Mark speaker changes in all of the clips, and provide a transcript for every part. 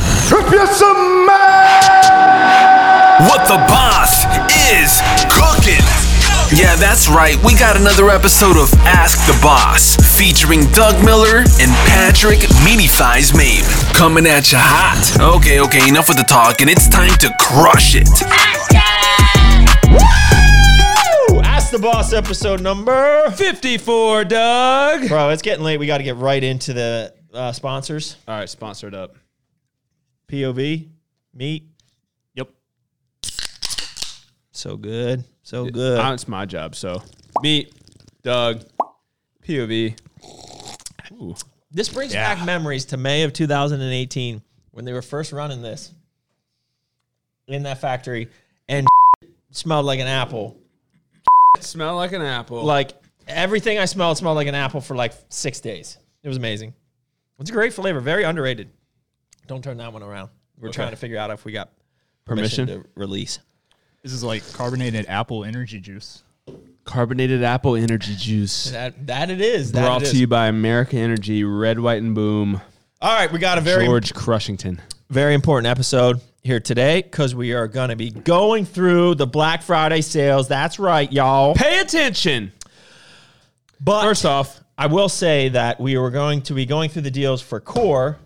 Speaker 1: It's a man.
Speaker 2: What the boss is cooking. Yeah, that's right. We got another episode of Ask the Boss featuring Doug Miller and Patrick Meatyfies Mabe coming at you hot. Okay, okay, enough with the talk, and it's time to crush it.
Speaker 3: Woo! Ask the Boss episode number.
Speaker 4: 54, Doug.
Speaker 3: Bro, it's getting late. We got to get right into the uh, sponsors.
Speaker 4: All right, sponsored up.
Speaker 3: POV, meat.
Speaker 4: Yep.
Speaker 3: So good. So good.
Speaker 4: Uh, it's my job. So, meet Doug, POV. Ooh.
Speaker 3: this brings back memories to May of 2018 when they were first running this in that factory and smelled like an apple.
Speaker 4: Smell like an apple.
Speaker 3: Like everything I smelled smelled like an apple for like six days. It was amazing. It's a great flavor, very underrated. Don't turn that one around. We're trying to figure out if we got permission,
Speaker 4: Permission?
Speaker 3: to release.
Speaker 5: This is like carbonated apple energy juice.
Speaker 4: carbonated apple energy juice.
Speaker 3: That that it is. That
Speaker 4: Brought
Speaker 3: it is.
Speaker 4: to you by America Energy, Red, White, and Boom,
Speaker 3: All right, we got a very
Speaker 4: George Crushington.
Speaker 3: very important episode here today because we are going to be going through the Black Friday sales. That's right, y'all.
Speaker 4: Pay attention.
Speaker 3: But
Speaker 4: First off,
Speaker 3: I will say that we were going to be going through the deals for Core,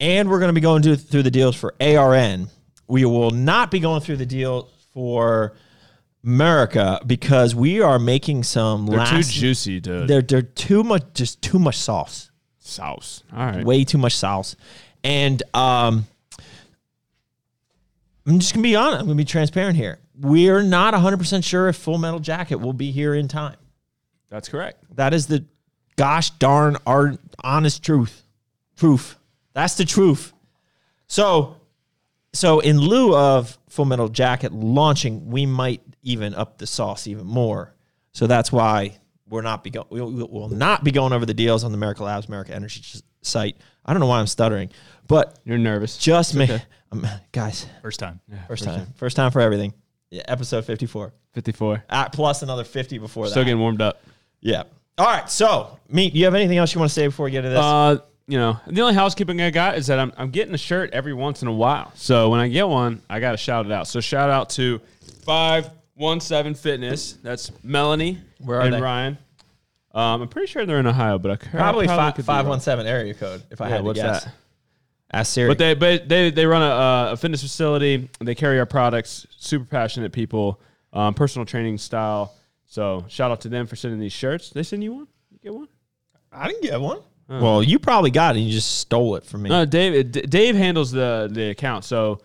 Speaker 3: and we're going to be going to, through the deals for ARN. We will not be going through the deal for America because we are making some
Speaker 4: they're too
Speaker 3: last.
Speaker 4: juicy to
Speaker 3: They're they're too much, just too much sauce.
Speaker 4: sauce. All right.
Speaker 3: way too much sauce. And um, I'm just gonna be honest. I'm gonna be transparent here. We're not 100 percent sure if Full Metal Jacket will be here in time.
Speaker 4: That's correct.
Speaker 3: That is the gosh darn our honest truth. Truth. That's the truth. So, so in lieu of Full Metal Jacket launching, we might even up the sauce even more. So that's why we're not be go- we we will not be going over the deals on the America Labs America Energy s- site. I don't know why I'm stuttering, but
Speaker 4: You're nervous.
Speaker 3: just me, um, guys.
Speaker 5: First time.
Speaker 3: First time, first time for everything. Yeah, episode 54.
Speaker 4: 54.
Speaker 3: Uh, plus another 50 before that.
Speaker 4: Still getting warmed up.
Speaker 3: Yeah. All right. So, meat. Do you have anything else you want to say before we get into this?
Speaker 4: Uh, you know, the only housekeeping I got is that I'm, I'm getting a shirt every once in a while. So when I get one, I got to shout it out. So shout out to 517 Fitness. That's Melanie
Speaker 3: Where are
Speaker 4: and
Speaker 3: they?
Speaker 4: Ryan. Um, I'm pretty sure they're in Ohio, but I could-
Speaker 3: probably,
Speaker 4: I
Speaker 3: fi-
Speaker 4: could be wrong.
Speaker 3: 517 area code. If I
Speaker 4: Yeah,
Speaker 3: had to
Speaker 4: what's
Speaker 3: guess.
Speaker 4: that?
Speaker 3: Ask Siri.
Speaker 4: But they but they they run a, uh, a fitness facility. They carry our products. Super passionate people. Um, personal training style. So shout out to them for sending these shirts. They send you one. You get one.
Speaker 3: I didn't get one. Well, you probably got it. and You just stole it from me.
Speaker 4: No, Dave. D- Dave handles the the account, so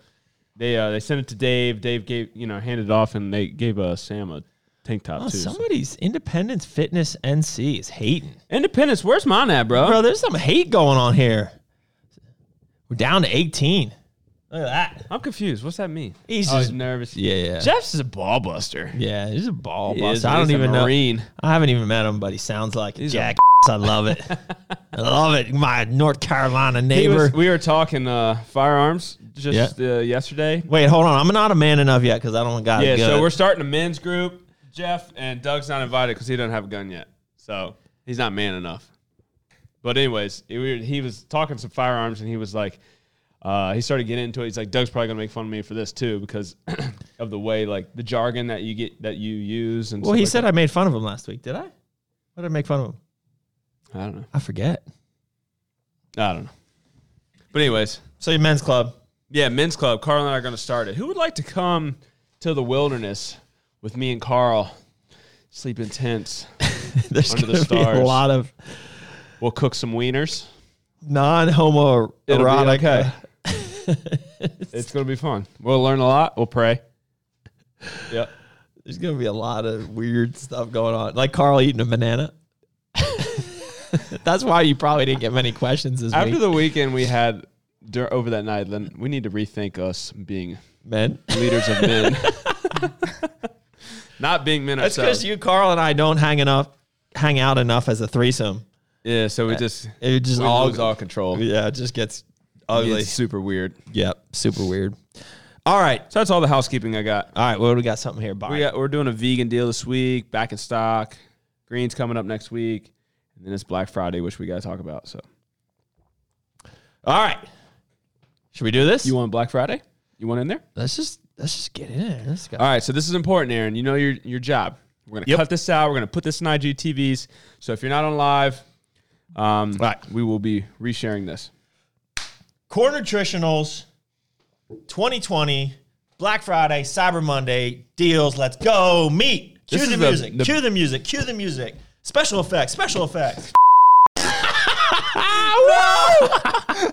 Speaker 4: they uh, they sent it to Dave. Dave gave you know handed it off, and they gave uh, Sam a tank top
Speaker 3: Oh,
Speaker 4: too. so-
Speaker 3: somebody's Independence Fitness NC is hating.
Speaker 4: Independence, where's mine at, bro?
Speaker 3: Bro, there's some hate going on here. We're down to 18. Look at that.
Speaker 4: I'm confused. What's that mean?
Speaker 3: He's
Speaker 4: Oh,
Speaker 3: just-
Speaker 4: nervous.
Speaker 3: Yeah, yeah.
Speaker 4: Jeff's is a ball buster.
Speaker 3: yeah, he's a ball
Speaker 4: He is,
Speaker 3: buster. I
Speaker 4: he's
Speaker 3: don't
Speaker 4: a
Speaker 3: even know.
Speaker 4: Marine.
Speaker 3: I haven't even met him, but he sounds like a
Speaker 4: He's a-
Speaker 3: jackass. I love it. I love it. My North Carolina
Speaker 4: He
Speaker 3: neighbor.
Speaker 4: was, we were talking uh, firearms just uh, yesterday.
Speaker 3: Wait, hold on. I'm not a man enough yet because I don't got
Speaker 4: Yeah,
Speaker 3: a gun.
Speaker 4: so we're starting a men's group. Jeff and Doug's not invited because he doesn't have a gun yet, so he's not man enough. But anyways, it- we were- he was talking some firearms, and he was like, uh, he started getting into it. He's like, Doug's probably gonna make fun of me for this too because of the way like the jargon that you get that you use. And
Speaker 3: well, he said I made fun of him last week. Did I? What did I make fun of him?
Speaker 4: I, I don't know,
Speaker 3: I forget.
Speaker 4: I don't know. But anyways,
Speaker 3: So your men's club.
Speaker 4: yeah, men's club. Carl and I are gonna start it. Who would like to come to the wilderness with me and Carl? Sleep in tents.
Speaker 3: There's
Speaker 4: Under the
Speaker 3: going to be a
Speaker 4: stars.
Speaker 3: lot of
Speaker 4: We'll cook some wieners.
Speaker 3: non-homoerotic.
Speaker 4: It'll be okay. it's gonna be fun. We'll learn a lot. We'll pray. Yep.
Speaker 3: There's going to be a lot of weird stuff going on, like Carl eating a banana. That's why you probably didn't get many questions this
Speaker 4: After
Speaker 3: week,
Speaker 4: the weekend we had dur- over that night, then we need to rethink us being
Speaker 3: man.
Speaker 4: leaders of men, not being men
Speaker 3: That's
Speaker 4: ourselves.
Speaker 3: because you, Carl, and I don't hang enough, hang out enough as a threesome.
Speaker 4: yeah. So we just
Speaker 3: It just
Speaker 4: we
Speaker 3: all,
Speaker 4: lose all control.
Speaker 3: yeah, it just gets ugly.
Speaker 4: It's super weird.
Speaker 3: Yep, super weird. All right,
Speaker 4: So that's all the housekeeping I got.
Speaker 3: all right. Well, we got something here. Bye.
Speaker 4: We got, we're doing a vegan deal this week. Back in stock. Greens coming up next week, and then it's Black Friday, which we got to talk about. So
Speaker 3: All right. Should we do this?
Speaker 4: You want Black Friday? You want in there?
Speaker 3: let's just let's just get in. it. Let's go.
Speaker 4: All right, so this is important, Aaron. You know your your job. We're gonna cut this out. We're gonna put this in IGTVs. So if you're not on live, um,
Speaker 3: Right.
Speaker 4: we will be resharing this.
Speaker 3: Core Nutritionals 2020 Black Friday, Cyber Monday deals. Let's go meet. Cue
Speaker 4: This
Speaker 3: the
Speaker 4: is the-
Speaker 3: music.
Speaker 4: the-
Speaker 3: cue the music. Cue the music. Special effects. Special effects.
Speaker 4: Oh,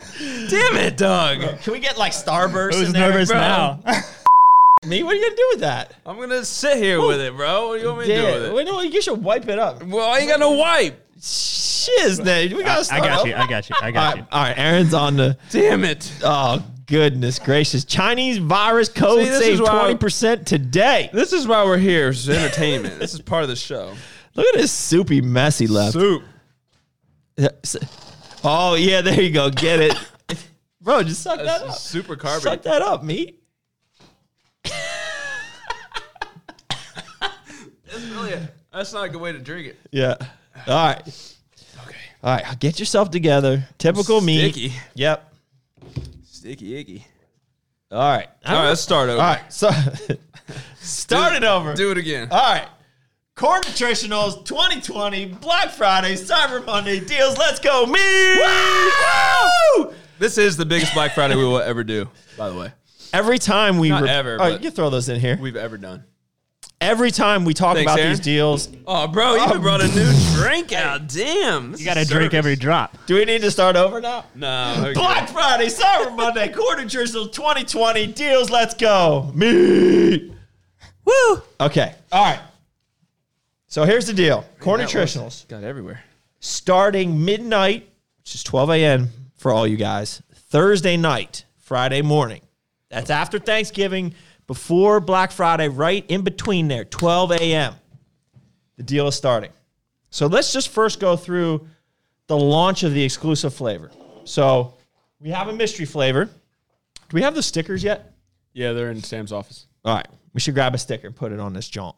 Speaker 4: Damn it, Doug!
Speaker 3: Can we get like Starburst?
Speaker 5: Who's
Speaker 3: in there?
Speaker 5: nervous
Speaker 3: Bro,
Speaker 5: now?
Speaker 3: Me? What are you gonna do with that?
Speaker 4: I'm gonna sit here with it, bro. What do you want me to do
Speaker 3: Yeah.
Speaker 4: with
Speaker 3: Wait, no, you should wipe it up.
Speaker 4: it? Well, I ain't got no wipe.
Speaker 3: Shiz, dude. We gotta
Speaker 5: I
Speaker 3: start
Speaker 5: got
Speaker 3: up.
Speaker 5: you. I got you. I
Speaker 3: All
Speaker 5: got you.
Speaker 3: right, all right, Aaron's on the.
Speaker 4: Damn it!
Speaker 3: Oh goodness gracious! Chinese virus code
Speaker 4: See, this
Speaker 3: saved
Speaker 4: is why I-
Speaker 3: twenty percent today.
Speaker 4: This is why we're here. It's entertainment. this is part of the show.
Speaker 3: Look at this soupy mess he left.
Speaker 4: Soup.
Speaker 3: Yeah, s- Oh yeah, there you go. Get it, bro. Just suck that
Speaker 4: This
Speaker 3: up.
Speaker 4: is super
Speaker 3: Suck
Speaker 4: carbon.
Speaker 3: that up, meat.
Speaker 4: That's not a good way to drink it.
Speaker 3: Yeah. All right.
Speaker 4: Okay.
Speaker 3: All right. Get yourself together. Typical meat.
Speaker 4: Sticky.
Speaker 3: Yep.
Speaker 4: Sticky icky.
Speaker 3: All right.
Speaker 4: All right, let's start over.
Speaker 3: All right. So start it over.
Speaker 4: Do it again.
Speaker 3: All right. Core Nutritionals 2020 Black Friday Cyber Monday deals. Let's go, me. Woo!
Speaker 4: This is the biggest Black Friday we will ever do. By the way,
Speaker 3: Every time we
Speaker 4: Not
Speaker 3: re-
Speaker 4: ever,
Speaker 3: All right,
Speaker 4: but-
Speaker 3: you can throw those in here.
Speaker 4: we've ever done.
Speaker 3: Every time we talk
Speaker 4: Thanks,
Speaker 3: about
Speaker 4: Aaron.
Speaker 3: these deals,
Speaker 4: Oh, bro, you even brought a new drink out. Damn.
Speaker 5: You gotta drink every drop.
Speaker 3: do we need to start over now?
Speaker 4: No. we're
Speaker 3: Black
Speaker 4: good.
Speaker 3: Friday, Cyber Monday, Quarter Nutritional 2020 deals. Let's go, me. Woo. Okay. All right. So here's the deal. Core
Speaker 4: That
Speaker 3: Nutritionals.
Speaker 4: Got everywhere.
Speaker 3: starting midnight, which is 12 a.m. for all you guys, Thursday night, Friday morning. That's after Thanksgiving, before Black Friday, right in between there, 12 a.m. The deal is starting. So let's just first go through the launch of the exclusive flavor. So we have a mystery flavor. Do we have the stickers yet?
Speaker 4: Yeah, they're in Sam's office.
Speaker 3: All right. We should grab a sticker and put it on this jaunt.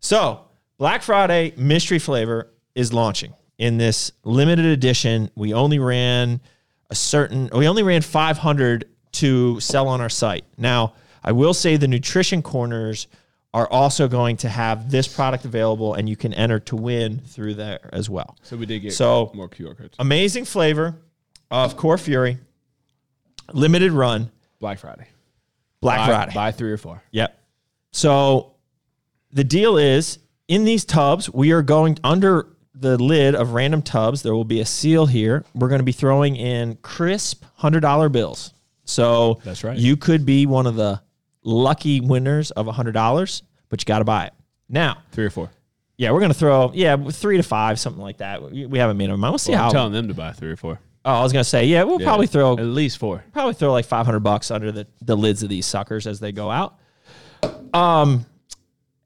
Speaker 3: So, Black Friday mystery flavor is launching in this limited edition. We only ran a certain, we only ran 500 to sell on our site. Now, I will say the nutrition corners are also going to have this product available and you can enter to win through there as well.
Speaker 4: So we did get
Speaker 3: So-
Speaker 4: more QR codes.
Speaker 3: Amazing flavor of Core Fury, limited run,
Speaker 4: Black Friday.
Speaker 3: Black
Speaker 4: Buy-
Speaker 3: Friday.
Speaker 4: Buy three or four.
Speaker 3: Yep. So the deal is in these tubs, we are going under the lid of random tubs. There will be a seal here. We're going to be throwing in crisp $100 bills. So
Speaker 4: That's right.
Speaker 3: you could be one of the lucky winners of $100, but you got to buy it. Now,
Speaker 4: Three or four.
Speaker 3: yeah, we're going to throw, yeah, three to five, something like that. We, we haven't made up our mind. We'll see
Speaker 4: I'm
Speaker 3: how.
Speaker 4: telling them to buy three or four.
Speaker 3: Oh, I was going to say, yeah, we'll probably throw
Speaker 4: at least four.
Speaker 3: probably throw like 500 bucks under the, the lids of these suckers as they go out. Um,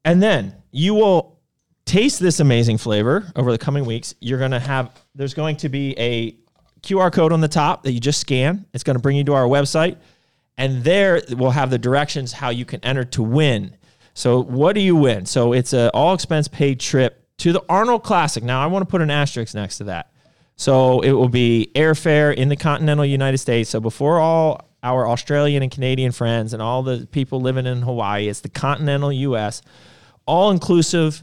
Speaker 3: and then you will taste this amazing flavor over the coming weeks. You're going to have, there's going to be a QR code on the top that you just scan. It's going to bring you to our website. And there we'll have the directions how you can enter to win. So, what do you win? So, it's an all expense paid trip to the Arnold Classic. Now, I want to put an asterisk next to that. So it will be airfare in the continental United States. So before all our Australian and Canadian friends and all the people living in Hawaii, it's the continental U.S. all inclusive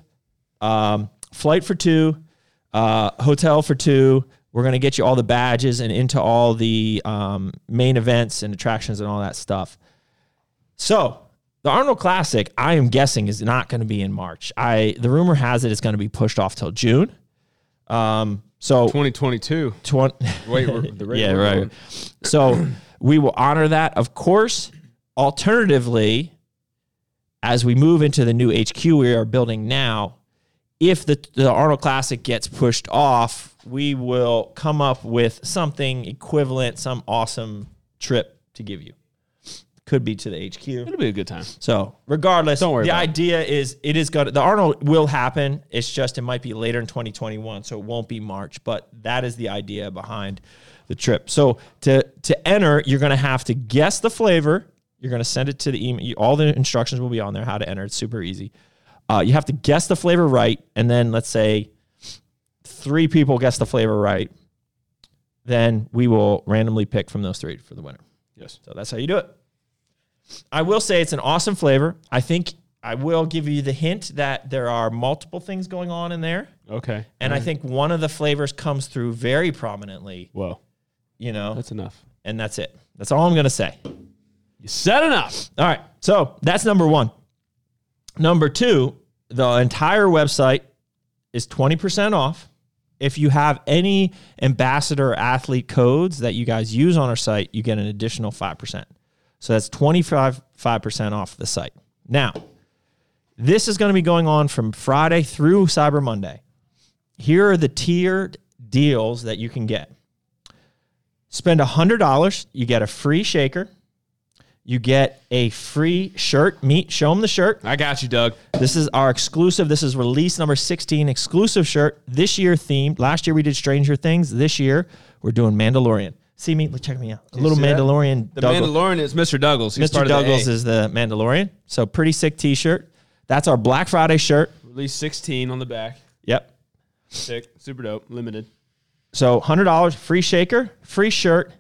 Speaker 3: um, flight for two, uh, hotel for two. We're going to get you all the badges and into all the um, main events and attractions and all that stuff. So the Arnold Classic, I am guessing, is not going to be in March. I the rumor has it it's going to be pushed off till June. Um, so
Speaker 4: 2022.
Speaker 3: 20
Speaker 4: Wait, we're, the rate
Speaker 3: yeah
Speaker 4: we're
Speaker 3: right
Speaker 4: going.
Speaker 3: so we will honor that of course alternatively as we move into the new hq we are building now if the, the arnold classic gets pushed off we will come up with something equivalent some awesome trip to give you could be to the hq
Speaker 4: It'll be a good time.
Speaker 3: so regardless,
Speaker 4: Don't worry
Speaker 3: the
Speaker 4: about it.
Speaker 3: idea is it is going to, the Arnold will happen. It's just it might be later in 2021. So it won't be March, but that is the idea behind the trip. So to, to enter, you're going to have to guess the flavor. You're going to send it to the email. you- All the instructions will be on there, how to enter. It's super easy. Uh, you have to guess the flavor right. And then let's say three people guess the flavor right. Then we will randomly pick from those three for the winner.
Speaker 4: Yes.
Speaker 3: So that's how you do it. I will say it's an awesome flavor. I think I will give you the hint that there are multiple things going on in there.
Speaker 4: Okay.
Speaker 3: And I think one of the flavors comes through very prominently,
Speaker 4: Whoa.
Speaker 3: you know,
Speaker 4: That's enough.
Speaker 3: and that's it. That's all I'm going to say.
Speaker 4: You said enough.
Speaker 3: All right. So that's number one. Number two, the entire website is 20% off. If you have any ambassador athlete codes that you guys use on our site, you get an additional 5%. So that's 25 5% off the site. Now, this is going to be going on from Friday through Cyber Monday. Here are the tiered deals that you can get. Spend $100, you get a free shaker, you get a free shirt. Meet, show them the shirt.
Speaker 4: I got you, Doug.
Speaker 3: This is our exclusive. This is release number 16 exclusive shirt. This year themed. Last year we did Stranger Things. This year we're doing Mandalorian. See me, check me out. A little
Speaker 4: see that?
Speaker 3: Mandalorian.
Speaker 4: The
Speaker 3: Douglas.
Speaker 4: Mandalorian is Mr. Douglas. He's
Speaker 3: Mr.
Speaker 4: part
Speaker 3: Douglas
Speaker 4: of the
Speaker 3: is the Mandalorian. So pretty sick t-shirt. That's our Black Friday shirt.
Speaker 4: A. Release 16 on the back.
Speaker 3: Yep.
Speaker 4: Sick. Super dope. Limited.
Speaker 3: So hundred dollars, free shaker, free shirt,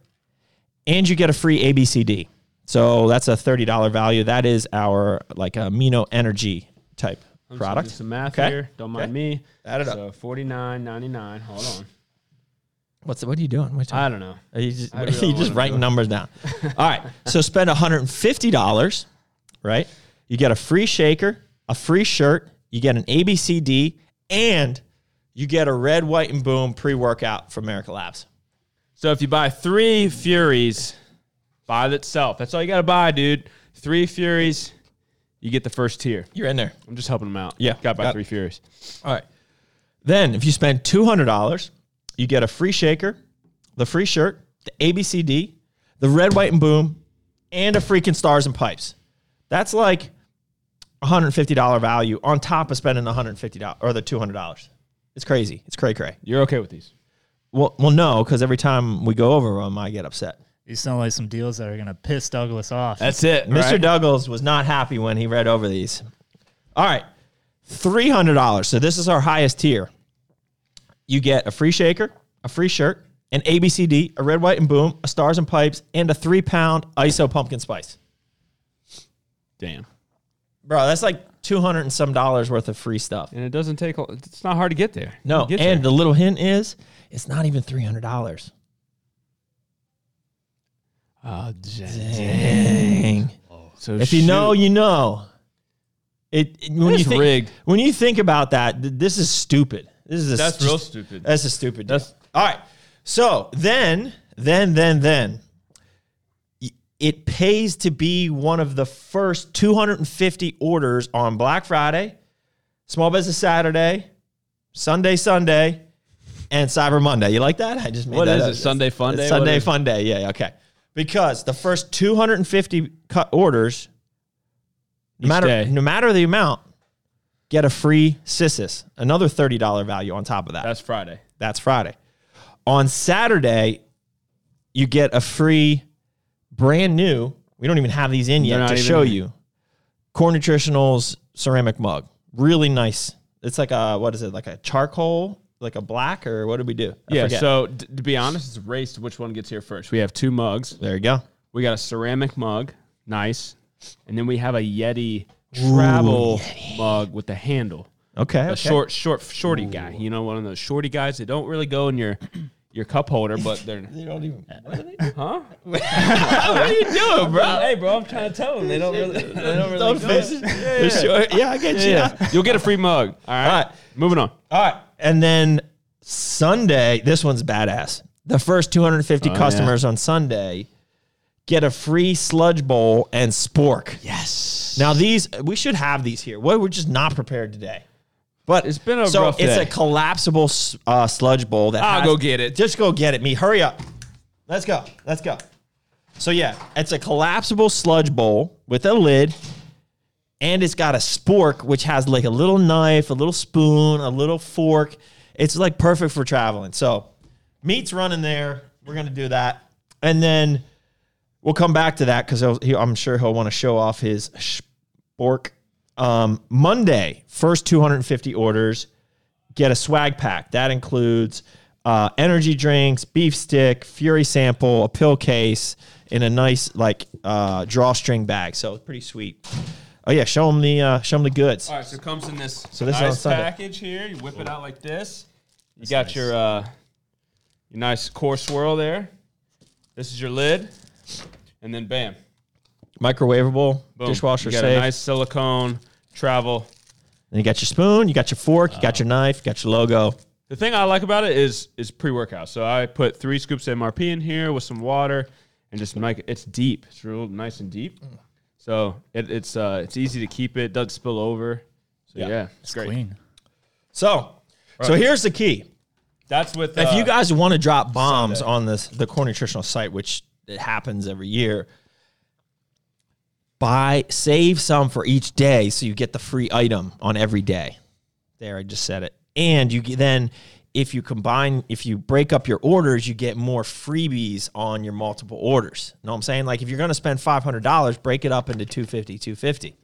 Speaker 3: and you get a free ABCD. So that's a thirty dollar value. That is our like amino energy
Speaker 4: I'm
Speaker 3: type
Speaker 4: just gonna
Speaker 3: product.
Speaker 4: Do some math
Speaker 3: Okay.
Speaker 4: here. Don't mind
Speaker 3: Okay.
Speaker 4: me.
Speaker 3: Add it up.
Speaker 4: So 49.99. Hold on.
Speaker 3: What's what are you doing? What are you talking
Speaker 4: I don't know.
Speaker 3: Are you just,
Speaker 4: I
Speaker 3: are
Speaker 4: really
Speaker 3: you just
Speaker 4: wanna
Speaker 3: writing
Speaker 4: do it.
Speaker 3: numbers down? All right. So spend $150, right? You get a free shaker, a free shirt, you get an ABCD, and you get a red, white, and boom pre workout from America Labs.
Speaker 4: So if you buy three Furies by itself, that's all you got to buy, dude. Three Furies, you get the first tier.
Speaker 3: You're in there.
Speaker 4: I'm just helping them out.
Speaker 3: Yeah.
Speaker 4: Got by
Speaker 3: Got-
Speaker 4: three Furies.
Speaker 3: All right. Then if you spend $200, you get a free shaker, the free shirt, the ABCD, the red, white, and boom, and a freaking stars and pipes. That's like $150 value on top of spending the $150 or the $200. It's crazy. It's cray cray.
Speaker 4: You're okay with these.
Speaker 3: Well, well, no, because every time we go over them, I get upset.
Speaker 5: These sound like some deals that are gonna piss Douglas off.
Speaker 4: That's it.
Speaker 3: Mr. Douglas was not happy when he read over these. All right, three hundred dollars. So this is our highest tier. You get a free shaker, a free shirt, an ABCD, a red, white, and boom, a stars and pipes, and a three-pound ISO pumpkin spice.
Speaker 4: Damn.
Speaker 3: Bro, that's like two hundred and some dollars worth of free stuff.
Speaker 4: And it doesn't take. a- It's not hard to get there.
Speaker 3: No,
Speaker 4: You
Speaker 3: and
Speaker 4: get there.
Speaker 3: the little hint is it's not even three hundred dollars.
Speaker 4: oh, dang.
Speaker 3: Dang.
Speaker 4: So
Speaker 3: If you
Speaker 4: shoot.
Speaker 3: know, you know. It, it- when
Speaker 4: That's
Speaker 3: you think,
Speaker 4: rigged.
Speaker 3: When you think about that, th- this is stupid. This is a
Speaker 4: That's
Speaker 3: stu-
Speaker 4: real stupid.
Speaker 3: That's a stupid. That's all right. So then, then, then, then, y- it pays to be one of the first 250 orders on Black Friday, Small Business Saturday, Sunday, Sunday, and Cyber Monday. You like that? I just made
Speaker 4: What
Speaker 3: that
Speaker 4: is
Speaker 3: up.
Speaker 4: it, Sunday Fun
Speaker 3: It's
Speaker 4: Day? What
Speaker 3: Sunday
Speaker 4: is it?
Speaker 3: Fun Day. Yeah. Okay. Because the first 250 cut orders, no
Speaker 4: Each
Speaker 3: matter
Speaker 4: day.
Speaker 3: no matter the amount, get a free Sissis, another thirty dollar value on top of that.
Speaker 4: that's Friday.
Speaker 3: That's Friday. On Saturday, you get a free, brand new. We don't even have these in
Speaker 4: They're
Speaker 3: yet
Speaker 4: not
Speaker 3: to
Speaker 4: even
Speaker 3: show
Speaker 4: in.
Speaker 3: you. Core Nutritionals ceramic mug, really nice. It's like a what is it? Like a charcoal, like a black, or what did we do? I
Speaker 4: yeah.
Speaker 3: forget.
Speaker 4: So d- to be honest, it's a race to which one gets here first. We have two mugs.
Speaker 3: there you go.
Speaker 4: We got a ceramic mug, nice, and then we have a Yeti travel mug with the handle.
Speaker 3: Okay,
Speaker 4: A
Speaker 3: okay.
Speaker 4: short, short, shorty guy. You know, one of those shorty guys that don't really go in your your cup holder, but they're
Speaker 3: You don't even.
Speaker 4: huh? what are you doing, bro? Hey, bro, I'm trying to tell them they don't really. They don't really
Speaker 3: Don't face it. They're short. Yeah, I get you.
Speaker 4: yeah, you'll get a free mug. All right,
Speaker 3: All right.
Speaker 4: moving on.
Speaker 3: All right. And then Sunday, this one's badass. The first 250
Speaker 4: Oh,
Speaker 3: customers on Sunday get a free sludge bowl and spork. Yes. Now these we should have these here. What we're just not prepared today. But
Speaker 4: It's been a
Speaker 3: so
Speaker 4: rough
Speaker 3: it's
Speaker 4: day.
Speaker 3: a collapsible s- uh, sludge bowl that
Speaker 4: I'll
Speaker 3: has-
Speaker 4: go get it.
Speaker 3: Just go get it. Me, hurry up. Let's go. Let's go. So yeah, it's a collapsible sludge bowl with a lid and it's got a spork which has like a little knife, a little spoon, a little fork. It's like perfect for traveling. So meat's running there. We're gonna do that, and then we'll come back to that because I'm sure he'll want to show off his spork. Um, Monday, first 250 orders get a swag pack. That includes uh, energy drinks, beef stick, Fury sample, a pill case, in a nice like uh, drawstring bag. So it's pretty sweet. Oh yeah, show them the uh, show them the goods.
Speaker 4: All right, so it comes in this
Speaker 3: So this is on
Speaker 4: nice
Speaker 3: Sunday.
Speaker 4: package here. You whip it out like this. You got your uh, your nice core swirl there. This is your lid, and then bam,
Speaker 3: Microwavable,
Speaker 4: boom.
Speaker 3: dishwasher
Speaker 4: You got
Speaker 3: safe.
Speaker 4: a nice silicone travel.
Speaker 3: and you got your spoon, you got your fork, you
Speaker 4: Uh-huh.
Speaker 3: got your knife, you got your logo.
Speaker 4: The thing I like about it is is pre workout. So I put three scoops of MRP in here with some water, and just make it's deep. It's real nice and deep. So it, it's uh, it's easy to keep it. Doesn't spill over. So yeah, it's,
Speaker 5: It's
Speaker 4: great.
Speaker 5: clean.
Speaker 3: So, so here's the key.
Speaker 4: That's with
Speaker 3: if
Speaker 4: uh,
Speaker 3: you guys want to drop bombs on this the core nutritional site which it happens every year buy save some for each day so you get the free item on every day there i just said it and you get- then if you combine if you break up your orders you get more freebies on your multiple orders know what i'm saying like if you're going to spend $500 break it up into 250 250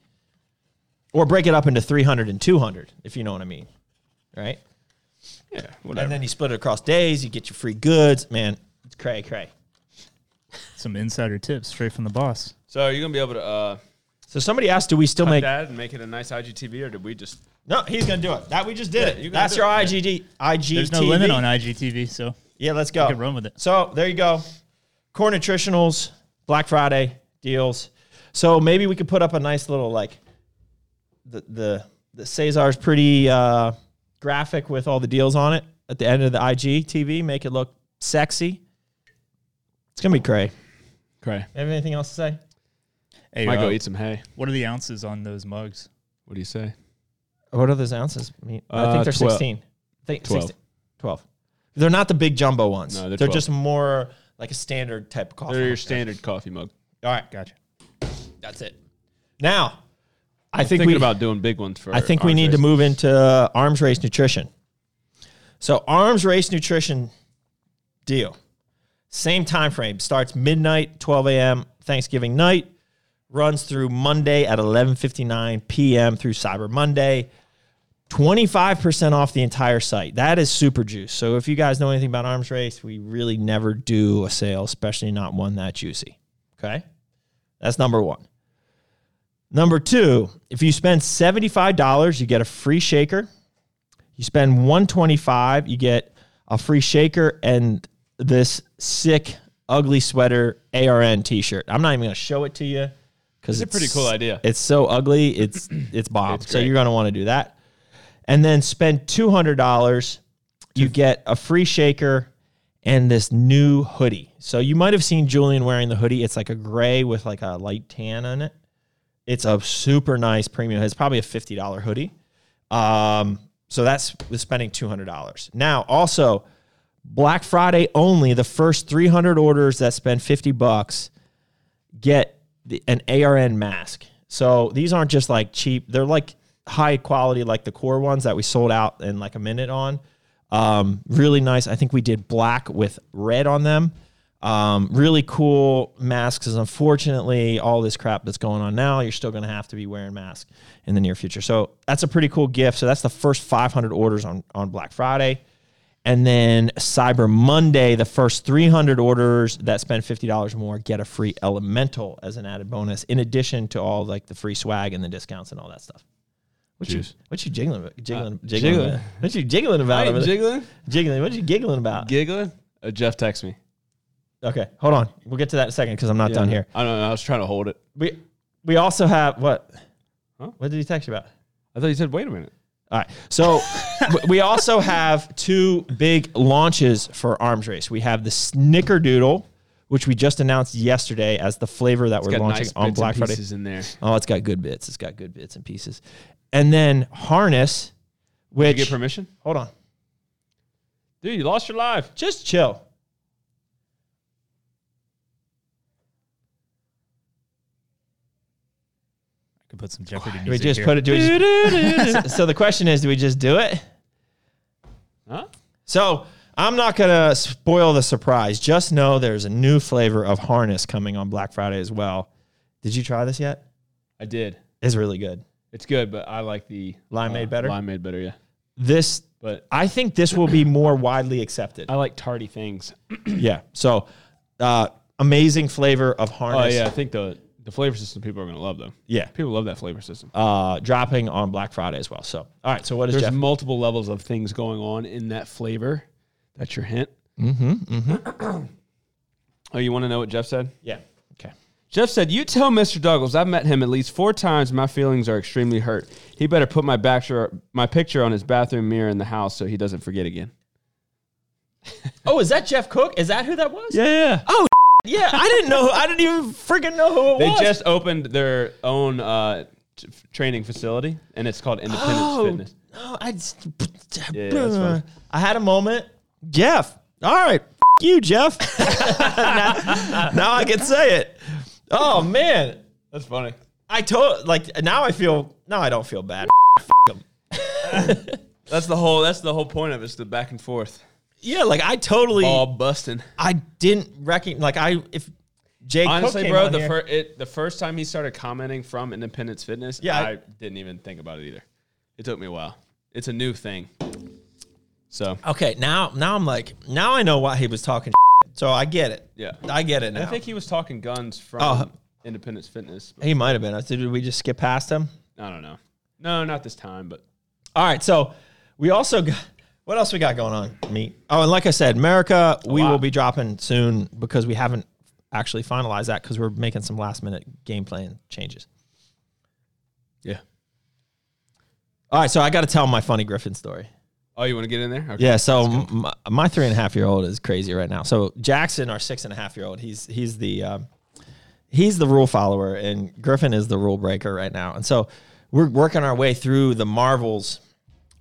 Speaker 3: or break it up into 300 and 200 if you know what i mean right
Speaker 4: yeah, whatever.
Speaker 3: and then you split it across days. You get your free goods, man. It's cray cray.
Speaker 5: Some insider tips straight from the boss.
Speaker 4: so you're gonna be able to. Uh,
Speaker 3: So somebody asked, do we still make?
Speaker 4: that and make it a nice IGTV, or did we just?
Speaker 3: No, he's gonna do it. That we just did
Speaker 4: Yeah,
Speaker 3: it.
Speaker 4: you're gonna
Speaker 3: That's
Speaker 4: do
Speaker 3: your
Speaker 4: it.
Speaker 3: IGD. IG.
Speaker 5: There's no limit on IGTV, so
Speaker 3: Yeah, let's go.
Speaker 5: can run with it.
Speaker 3: So there you go. Core nutritionals, Black Friday deals. So maybe we could put up a nice little like the the the Cesar's pretty uh, graphic with all the deals on it at the end of the IG TV. Make it look sexy. It's gonna be cray.
Speaker 4: Okay.
Speaker 3: Have anything else to say?
Speaker 5: hey,
Speaker 4: Might go
Speaker 5: uh,
Speaker 4: eat some hay.
Speaker 5: what are the ounces on those mugs?
Speaker 4: What do you say?
Speaker 3: What are those ounces? I, mean, I think
Speaker 4: Uh,
Speaker 3: they're
Speaker 4: twelve.
Speaker 3: 16. I think
Speaker 4: 12.
Speaker 3: 16 12. They're not the big jumbo ones.
Speaker 4: No,
Speaker 3: they're
Speaker 4: they're
Speaker 3: just more like a standard type of coffee.
Speaker 4: They're your standard coffee mug.
Speaker 3: All right,
Speaker 5: Gotcha.
Speaker 3: that's it. Now, I think
Speaker 4: Thinking
Speaker 3: we
Speaker 4: about doing big ones for.
Speaker 3: I think we
Speaker 4: arms
Speaker 3: need to
Speaker 4: races.
Speaker 3: move into uh, arms race nutrition. So arms race nutrition deal. Same time frame starts midnight, 12 a.m. Thanksgiving night, runs through Monday at 11:59 p.m. through Cyber Monday. 25% off the entire site. That is super juice. So if you guys know anything about arms race, we really never do a sale, especially not one that juicy. Okay? That's number 1. Number two, if you spend $75, you get a free shaker. You spend 125 you get a free shaker and this sick, ugly sweater ARN t shirt. I'm not even going to show it to you because
Speaker 4: a pretty cool idea.
Speaker 3: It's so ugly, it's it's bomb. so
Speaker 4: great.
Speaker 3: you're going to want to do that. And then spend $200, you get a free shaker and this new hoodie. So you might have seen Julian wearing the hoodie. It's like a gray with like a light tan on it. It's a super nice premium. It's probably a fifty dollar hoodie. Um, so that's with spending two hundred dollars. Now, also Black Friday only, the first three hundred orders that spend fifty bucks get the, an ARN mask. So these aren't just like cheap; they're like high quality, like the core ones that we sold out in like a minute on. Um, really nice. I think we did black with red on them. Um, really cool masks. Because unfortunately, all this crap that's going on now, you're still going to have to be wearing masks in the near future. So that's a pretty cool gift. So that's the first 500 orders on on Black Friday. And then Cyber Monday, the first 300 orders that spend $50 more get a free elemental as an added bonus, in addition to all like the free swag and the discounts and all that stuff. What you,
Speaker 4: Juice. Uh,
Speaker 3: what you jiggling, about- jiggling, jiggling,
Speaker 4: jiggling.
Speaker 3: about? what you giggling about?
Speaker 4: I
Speaker 3: over
Speaker 4: ain't
Speaker 3: there?
Speaker 4: jiggling,
Speaker 3: Jiggling. What you giggling about?
Speaker 4: giggling. Uh, Jeff texts me.
Speaker 3: Okay, hold on. We'll get to that in a second because I'm not done here.
Speaker 4: I don't know. I was trying to hold it.
Speaker 3: We we also have what?
Speaker 4: Huh?
Speaker 3: What did he text you about?
Speaker 4: I thought you said, "Wait a minute."
Speaker 3: All right. So w- we also have two big launches for Arms Race. We have the Snickerdoodle, which we just announced yesterday as the flavor that we're
Speaker 4: Got
Speaker 3: launching
Speaker 4: nice
Speaker 3: on
Speaker 4: bits
Speaker 3: Black
Speaker 4: and
Speaker 3: Friday.
Speaker 4: pieces in there.
Speaker 3: Oh, it's got good bits. It's got good bits and pieces. And then Harness,
Speaker 4: Did
Speaker 3: which
Speaker 4: you get permission,
Speaker 3: hold on,
Speaker 4: dude? You lost your life.
Speaker 3: just chill.
Speaker 5: I could put some Jeopardy
Speaker 3: Do we
Speaker 5: music
Speaker 3: just
Speaker 5: here.
Speaker 3: put it? Do we just, so the question is, do we just do it?
Speaker 4: Huh?
Speaker 3: So I'm not gonna spoil the surprise. Just know there's a new flavor of harness coming on Black Friday as well. Did you try this yet?
Speaker 4: I did.
Speaker 3: It's really good.
Speaker 4: It's good, but I like the
Speaker 3: Limeade better?
Speaker 4: Limeade better, yeah.
Speaker 3: This
Speaker 4: But
Speaker 3: I think this will be more widely accepted.
Speaker 4: I like tardy things.
Speaker 3: Yeah. So, uh, amazing flavor of
Speaker 4: Oh
Speaker 3: harness.
Speaker 4: yeah, I think the the flavor system people are gonna love them.
Speaker 3: Yeah.
Speaker 4: people love that flavor system.
Speaker 3: Uh, dropping on Black Friday as well. So, all right. So, what is
Speaker 4: There's
Speaker 3: Jeff?
Speaker 4: multiple levels of things going on in that flavor. That's your hint. Mm-hmm. mm-hmm. oh, you want to know what Jeff said?
Speaker 3: yeah. Okay.
Speaker 4: Jeff said, "You tell Mr. Douglas I've met him at least four times. My feelings are extremely hurt. He better put my back my picture on his bathroom mirror in the house so he doesn't forget again."
Speaker 3: Oh, is that Jeff Cook? Is that who that was?
Speaker 4: Yeah, yeah.
Speaker 3: Yeah. I didn't know. I didn't even freaking know who it
Speaker 4: They
Speaker 3: was.
Speaker 4: just opened their own uh, t- f- training facility, and it's called Independence
Speaker 3: Oh,
Speaker 4: Fitness.
Speaker 3: No, I just.
Speaker 4: Yeah, that's fine.
Speaker 3: I had a moment. Jeff. All right. F- you, Jeff. now, now I can say it. Oh, man.
Speaker 4: That's funny.
Speaker 3: I told, like, now I feel, now I don't feel bad.
Speaker 4: That's the whole. That's the whole point of it, is the back and forth,
Speaker 3: Yeah, like, I totally,
Speaker 4: all busting.
Speaker 3: I didn't reckon, like, I, if Jay Cook
Speaker 4: Honestly,
Speaker 3: came
Speaker 4: bro,
Speaker 3: on
Speaker 4: the,
Speaker 3: here-
Speaker 4: fir- it, the first time he started commenting from Independence Fitness,
Speaker 3: Yeah, I-
Speaker 4: I, didn't even think about it either. It took me a while. It's a new thing. So
Speaker 3: okay, now, now I'm like, now I know why he was talking. So I get it.
Speaker 4: Yeah.
Speaker 3: I get it now.
Speaker 4: I think he was talking guns from
Speaker 3: Oh.
Speaker 4: Independence Fitness. but
Speaker 3: he might have been. I said, did we just skip past him?
Speaker 4: I don't know. No, not this time, but
Speaker 3: All right, so we also got what else we got going on? Me. Oh, and like I said, America, we
Speaker 4: lot.
Speaker 3: will be dropping soon because we haven't actually finalized that because we're making some last minute game plan changes.
Speaker 4: yeah.
Speaker 3: All right, so I got to tell my funny Griffin story.
Speaker 4: Oh, you want to get in there? Okay.
Speaker 3: Yeah, so m- my, my three and a half year old is crazy right now. So Jackson, our six and a half year old, he's he's the um, he's the rule follower, and Griffin is the rule breaker right now. And so we're working our way through the Marvels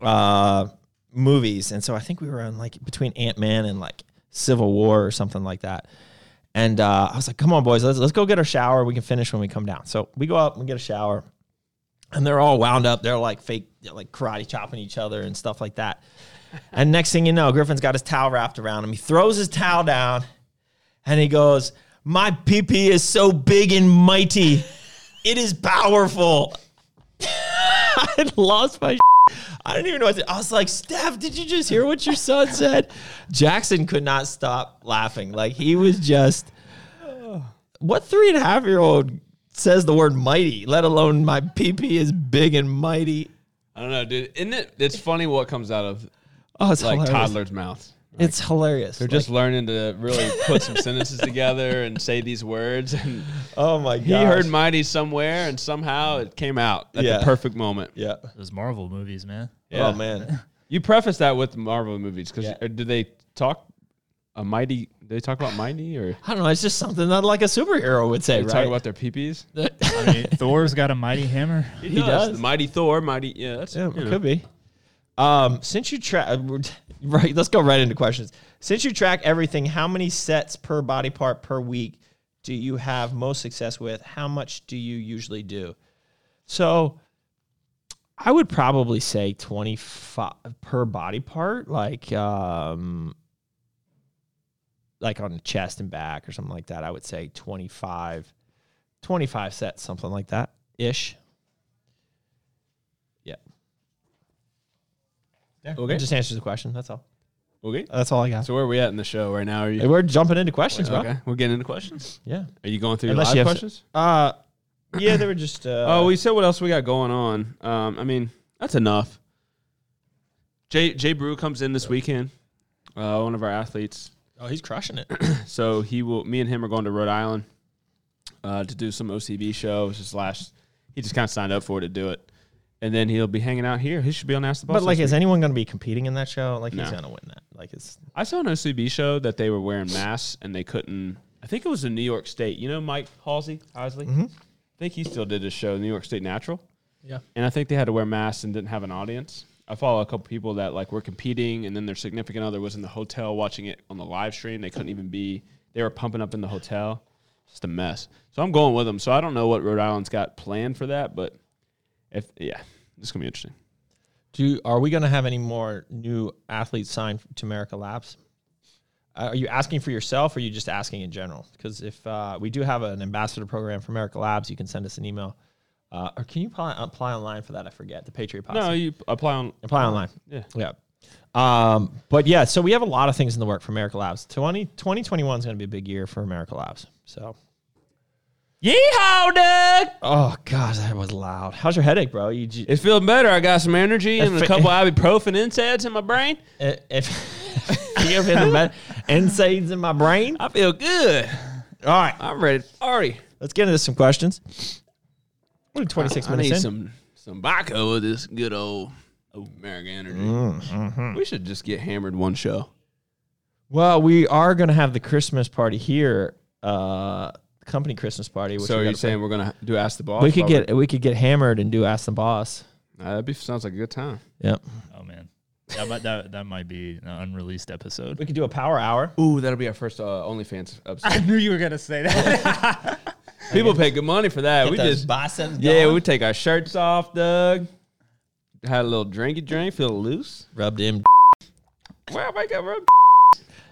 Speaker 3: uh, movies, and so I think we were on like between Ant Man and like Civil War or something like that. And uh, I was like, "Come on, boys, let's let's go get our shower. We can finish when we come down." So we go up and get a shower, and they're all wound up. They're like fake, like karate chopping each other and stuff like that. And next thing you know, Griffin's got his towel wrapped around him. He throws his towel down and he goes, My pee pee is so big and mighty. It is powerful. I had lost my shit. I didn't even know what to, I was like, Steph, did you just hear what your son said? Jackson could not stop laughing. Like he was just what three and a half year old says the word mighty, let alone my pee pee is big and mighty.
Speaker 4: I don't know, dude. Isn't it? It's funny what comes out of
Speaker 3: Oh, it's
Speaker 4: like
Speaker 3: hilarious.
Speaker 4: toddlers' mouths.
Speaker 3: It's hilarious.
Speaker 4: They're just learning to really put some sentences together and say these words. And
Speaker 3: oh my god.
Speaker 4: he heard "mighty" somewhere, and somehow it came out at
Speaker 3: Yeah.
Speaker 4: the perfect moment.
Speaker 3: Yeah.
Speaker 5: Those Marvel movies, man.
Speaker 4: Yeah.
Speaker 3: Oh man.
Speaker 4: You preface that with Marvel movies because
Speaker 3: Yeah.
Speaker 4: do they talk a mighty? Do they talk about mighty or
Speaker 3: I don't know. It's just something that like a superhero would say,
Speaker 4: they
Speaker 3: right?
Speaker 4: talk about their peepees?
Speaker 5: I mean, Thor's got a mighty hammer.
Speaker 4: He
Speaker 3: does.
Speaker 4: The mighty Thor, mighty. Yeah, that's
Speaker 3: yeah,
Speaker 4: you
Speaker 3: it
Speaker 4: know.
Speaker 3: could be. Um, since you track, right? Let's go right into questions. Since you track everything, how many sets per body part per week do you have most success with? How much do you usually do? So, I would probably say twenty five per body part, like um, like on the chest and back or something like that. I would say 25, 25 sets, something like that ish. Yeah.
Speaker 4: Okay.
Speaker 3: It just answers the question. That's all.
Speaker 4: Okay.
Speaker 3: That's all I got.
Speaker 4: So where are we at in the show right now? Are you
Speaker 3: We're jumping into questions, bro.
Speaker 4: okay? We're getting into questions.
Speaker 3: Yeah.
Speaker 4: Are you going through
Speaker 3: Unless you
Speaker 4: your live
Speaker 3: have-
Speaker 4: questions?
Speaker 3: Uh, yeah, they were just. Uh,
Speaker 4: Oh, we said what else we got going on. Um, I mean, that's enough. Jay Jay Brew comes in this weekend. Uh, one of our athletes.
Speaker 3: oh, he's crushing it.
Speaker 4: So he will. Me and him are going to Rhode Island uh, to do some OCB show. It was his last. He just kind of signed up for it to do it, and then he'll be hanging out here. He should be on Ask the Boss.
Speaker 3: but like,
Speaker 4: next
Speaker 3: is
Speaker 4: week.
Speaker 3: anyone going to be competing in that show? Like, he's
Speaker 4: No.
Speaker 3: going to win that. Like, it's
Speaker 4: I saw an OCB show that they were wearing masks and they couldn't. I think it was in New York State. You know Mike Halsey Halsey. I think he still did his show, New York State Natural.
Speaker 3: Yeah.
Speaker 4: And I think they had to wear masks and didn't have an audience. I follow a couple people that like were competing, and then their significant other was in the hotel watching it on the live stream. They couldn't even be. They were pumping up in the hotel. Just a mess. So I'm going with them. So I don't know what Rhode Island's got planned for that, but if yeah, this is gonna be interesting.
Speaker 3: Do are we going to have any more new athletes signed to America Labs? Uh, are you asking for yourself, or are you just asking in general? Because if uh, we do have an ambassador program for America Labs, you can send us an email, uh, or can you apply, apply online for that? I forget the Patriot Posse.
Speaker 4: No, you apply on
Speaker 3: apply online.
Speaker 4: Yeah.
Speaker 3: yeah. Um, but yeah, so we have a lot of things in the work for America Labs. 20, 2021 is going to be a big year for America Labs. So,
Speaker 4: Yeehaw, Doug!
Speaker 3: oh god, that was loud. How's your headache, bro? You j-
Speaker 4: It's feeling better. I got some energy and
Speaker 3: If
Speaker 4: a
Speaker 3: it-
Speaker 4: couple ibuprofen NSAIDs in my brain.
Speaker 3: if, you have hit the med- NSAIDs in my brain.
Speaker 4: I feel good.
Speaker 3: All right,
Speaker 4: I'm ready to party.
Speaker 3: let's get into some questions. What are 26
Speaker 4: I
Speaker 3: minutes
Speaker 4: need
Speaker 3: in?
Speaker 4: some some vodka with this good old American energy. We should just get hammered one show.
Speaker 3: Well, we are going to have the Christmas party here, uh, company Christmas party. Which
Speaker 4: So
Speaker 3: we
Speaker 4: are you
Speaker 3: gotta plan.
Speaker 4: saying we're gonna do ask the boss?
Speaker 3: we could
Speaker 4: Robert?
Speaker 3: get we could get hammered and do ask the boss?
Speaker 4: Uh, that'd be sounds like a good time.
Speaker 3: Yep.
Speaker 5: Oh man, that might, that that might be an unreleased episode.
Speaker 3: We could do a power hour.
Speaker 4: Ooh, that'll be our first uh, OnlyFans episode.
Speaker 5: knew you were gonna say that.
Speaker 4: People pay good money for that. We just
Speaker 3: biceps.
Speaker 4: yeah, we take our shirts off, Doug. Had a little drinky drink, feel loose.
Speaker 3: rubbed him
Speaker 4: Wow, I got rubbed.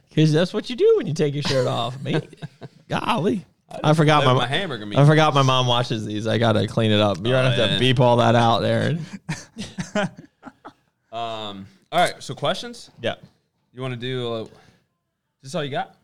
Speaker 3: because that's what you do when you take your shirt off. Man, golly, I forgot
Speaker 4: My,
Speaker 3: my,
Speaker 4: my hamburger meat.
Speaker 3: I forgot my mom watches these. I gotta clean it up. You're gonna have
Speaker 4: Oh,
Speaker 3: to
Speaker 4: yeah.
Speaker 3: beep all that out, Aaron.
Speaker 4: Um. All right. So questions?
Speaker 3: yeah,
Speaker 4: You want to do? Uh, is this all you got?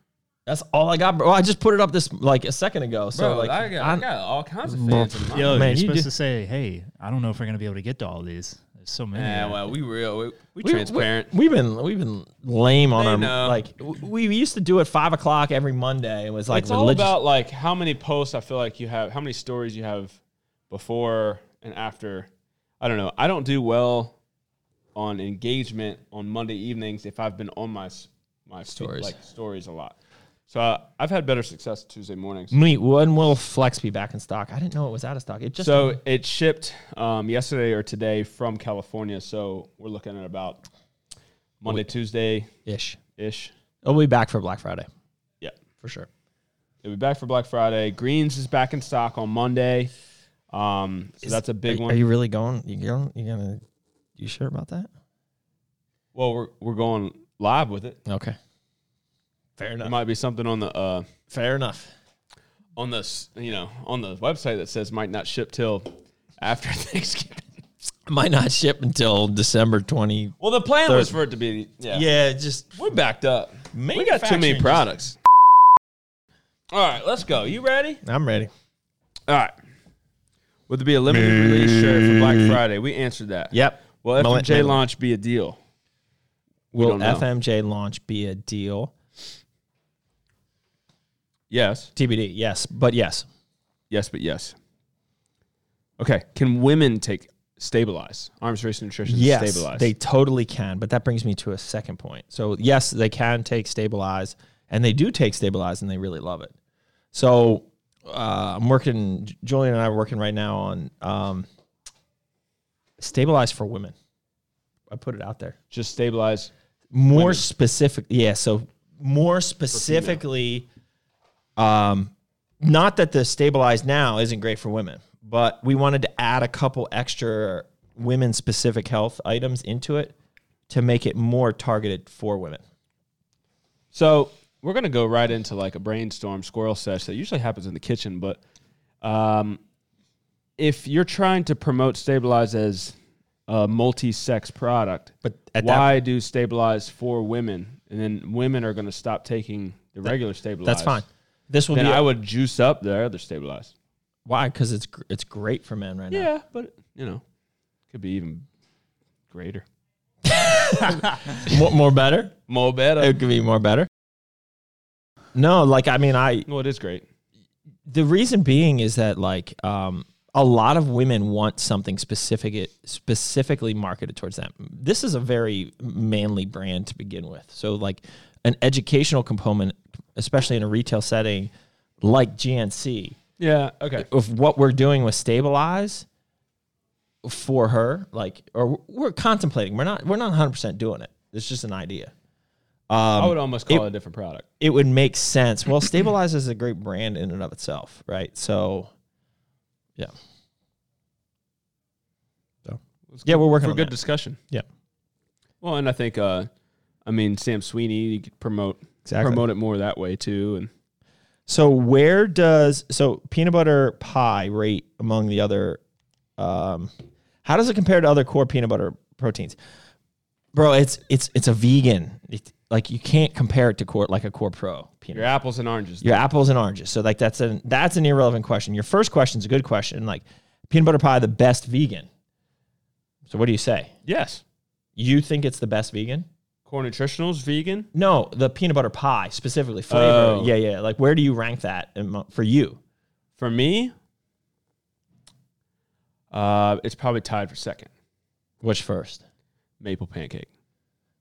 Speaker 3: that's all I got, bro. I just put it up this like a second ago. So
Speaker 4: Bro,
Speaker 3: like,
Speaker 4: I, got, I
Speaker 3: I'm-
Speaker 4: got all kinds of fans. in mind.
Speaker 5: Yo,
Speaker 3: Man,
Speaker 5: you're
Speaker 3: you
Speaker 5: supposed
Speaker 3: do-
Speaker 5: to say, "Hey, I don't know if we're gonna be able to get to all these. There's so many."
Speaker 4: Yeah, well, we real, we, we,
Speaker 3: We-
Speaker 4: transparent.
Speaker 3: We, have been we've been lame on
Speaker 4: They
Speaker 3: our
Speaker 4: know.
Speaker 3: like w- we used to do it five o'clock every Monday. It was like
Speaker 4: it's all
Speaker 3: religious.
Speaker 4: about like how many posts I feel like you have, how many stories you have before and after. I don't know. I don't do well on engagement on Monday evenings if I've been on my s- my stories
Speaker 3: Stories.
Speaker 4: like stories a lot. So uh, I've had better success Tuesday mornings.
Speaker 3: Meet when will Flex be back in stock? I didn't know it was out of stock. It just
Speaker 4: So it shipped um, yesterday or today from California. So we're looking at about Monday, Tuesday
Speaker 3: ish.
Speaker 4: ish.
Speaker 3: It'll be back for Black Friday
Speaker 4: Yeah.
Speaker 3: for sure.
Speaker 4: It'll be back for Black Friday. Greens is back in stock on Monday. Um, so that's a big
Speaker 3: are,
Speaker 4: one.
Speaker 3: Are you really going? You going? You gonna? You sure about that?
Speaker 4: well, we're, we're going live with it.
Speaker 3: Okay. Fair
Speaker 4: There
Speaker 3: enough.
Speaker 4: might be something on the uh,
Speaker 3: Fair enough.
Speaker 4: on the s- you know on the website that says might not ship till after Thanksgiving.
Speaker 3: Might not ship until December twenty.
Speaker 4: Well, the plan was
Speaker 3: Third.
Speaker 4: for it to be yeah.
Speaker 3: Yeah, just
Speaker 4: We're backed up. We got too many
Speaker 3: Manufacturing
Speaker 4: products. All right, let's go. You ready?
Speaker 3: I'm ready.
Speaker 4: All right. Would there be a limited release shirt for Black Friday? We answered that.
Speaker 3: Yep.
Speaker 4: Will
Speaker 3: Mil-
Speaker 4: FMJ
Speaker 3: mil-
Speaker 4: launch be a deal?
Speaker 3: Will
Speaker 4: don't know.
Speaker 3: FMJ launch be a deal?
Speaker 4: Yes.
Speaker 3: TBD. Yes, but yes.
Speaker 4: Yes, but yes. Okay. Can women take stabilize arms race nutrition?
Speaker 3: Yes,
Speaker 4: stabilize.
Speaker 3: they totally can. But that brings me to a second point. So yes, they can take stabilize, and they do take stabilize, and they really love it. So uh, I'm working. Julian and I are working right now on um, stabilize for women. I put it out there
Speaker 4: just stabilize.
Speaker 3: more specific. Yeah, so more specifically, um, not that the stabilized now isn't great for women, but we wanted to add a couple extra women specific health items into it to make it more targeted for women.
Speaker 4: So we're gonna go right into like a brainstorm squirrel sesh that usually happens in the kitchen, but um, if you're trying to promote stabilize as a multi-sex product,
Speaker 3: But at that-
Speaker 4: why do stabilize for women, and then women are gonna stop taking the regular stabilize?
Speaker 3: That's fine. This will
Speaker 4: Then
Speaker 3: be
Speaker 4: I
Speaker 3: I
Speaker 4: would juice up their other stabilize.
Speaker 3: why because it's gr- it's great for men right now.
Speaker 4: Yeah, but you know, could be even greater.
Speaker 3: More, more better.
Speaker 4: More better.
Speaker 3: It could be more better. No, like I mean, I
Speaker 4: well, it is great.
Speaker 3: the reason being is that like um, a lot of women want something specific specifically marketed towards them this is a very manly brand to begin with so like an educational component especially in a retail setting like gnc
Speaker 4: Yeah. Okay.
Speaker 3: of what we're doing with stabilize for her like or we're contemplating we're not we're not 100% doing it it's just an idea Um,
Speaker 4: I would almost call it, a different product.
Speaker 3: it would make sense well stabilize is a great brand in and of itself right so yeah so yeah we're working
Speaker 4: For
Speaker 3: on
Speaker 4: good
Speaker 3: that.
Speaker 4: discussion.
Speaker 3: yeah
Speaker 4: Well, and I think, uh, I mean, Sam Sweeney you could promote
Speaker 3: Exactly.
Speaker 4: promote it more that way too. And
Speaker 3: so where does so peanut butter pie rate among the other um how does it compare to other core peanut butter proteins bro. It's it's it's a vegan. It, like you can't compare it to core like a core pro peanut.
Speaker 4: Your apples and oranges.
Speaker 3: your apples and oranges. So like that's an that's an irrelevant question. Your first question's a good question. Like peanut butter pie, the best vegan. So what do you say?
Speaker 4: Yes.
Speaker 3: You think it's the best vegan?
Speaker 4: Core nutritionals, vegan.
Speaker 3: No, the peanut butter pie specifically flavor.
Speaker 4: Oh.
Speaker 3: Yeah, yeah. Like where do you rank that amo- for you?
Speaker 4: For me, uh, it's probably tied for second.
Speaker 3: Which first?
Speaker 4: Maple pancake.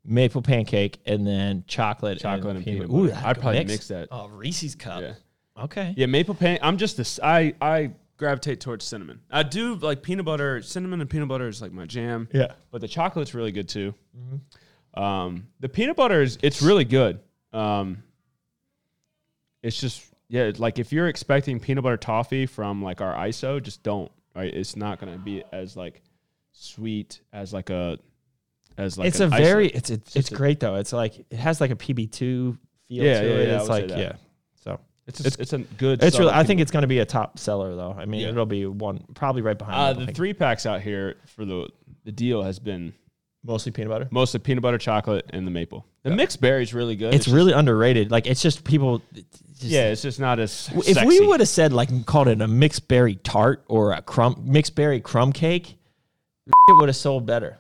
Speaker 3: Maple pancake and then chocolate,
Speaker 4: Chocolate and peanut butter.
Speaker 3: Ooh, that's
Speaker 4: I'd
Speaker 3: good
Speaker 4: probably mix that.
Speaker 3: Oh, Reese's cup.
Speaker 4: Yeah.
Speaker 3: Okay.
Speaker 4: Yeah, maple pancake. I'm just this. I I gravitate towards cinnamon. I do like peanut butter. Cinnamon and peanut butter is like my jam.
Speaker 3: Yeah.
Speaker 4: But the chocolate's really good too. Um, the peanut butter is it's really good. Um, it's just yeah, it's like if you're expecting peanut butter toffee from like our ISO, just don't. Right? It's not gonna be as like sweet as like a as like
Speaker 3: it's a
Speaker 4: an ISO.
Speaker 3: very it's it's, it's
Speaker 4: just a-
Speaker 3: great though. It's like it has like a PB two feel
Speaker 4: Yeah,
Speaker 3: to
Speaker 4: yeah,
Speaker 3: it.
Speaker 4: yeah, I
Speaker 3: it's
Speaker 4: would say
Speaker 3: like
Speaker 4: that.
Speaker 3: yeah. So
Speaker 4: it's a, it's a good.
Speaker 3: It's really.
Speaker 4: solid
Speaker 3: I think
Speaker 4: peanut
Speaker 3: it's going to be a top seller, though. I mean,
Speaker 4: Yeah.
Speaker 3: it'll be one probably right behind.
Speaker 4: Uh,
Speaker 3: it, I
Speaker 4: the
Speaker 3: think.
Speaker 4: three packs out here for the the deal has been
Speaker 3: mostly peanut butter.
Speaker 4: mostly peanut butter, chocolate, and the maple. The mixed berry is really good.
Speaker 3: It's really underrated. Like it's just people. it's Just,
Speaker 4: just, yeah, it's just not as
Speaker 3: If we would have said like called it a mixed berry tart or a crumb mixed berry crumb cake, it would have sold better.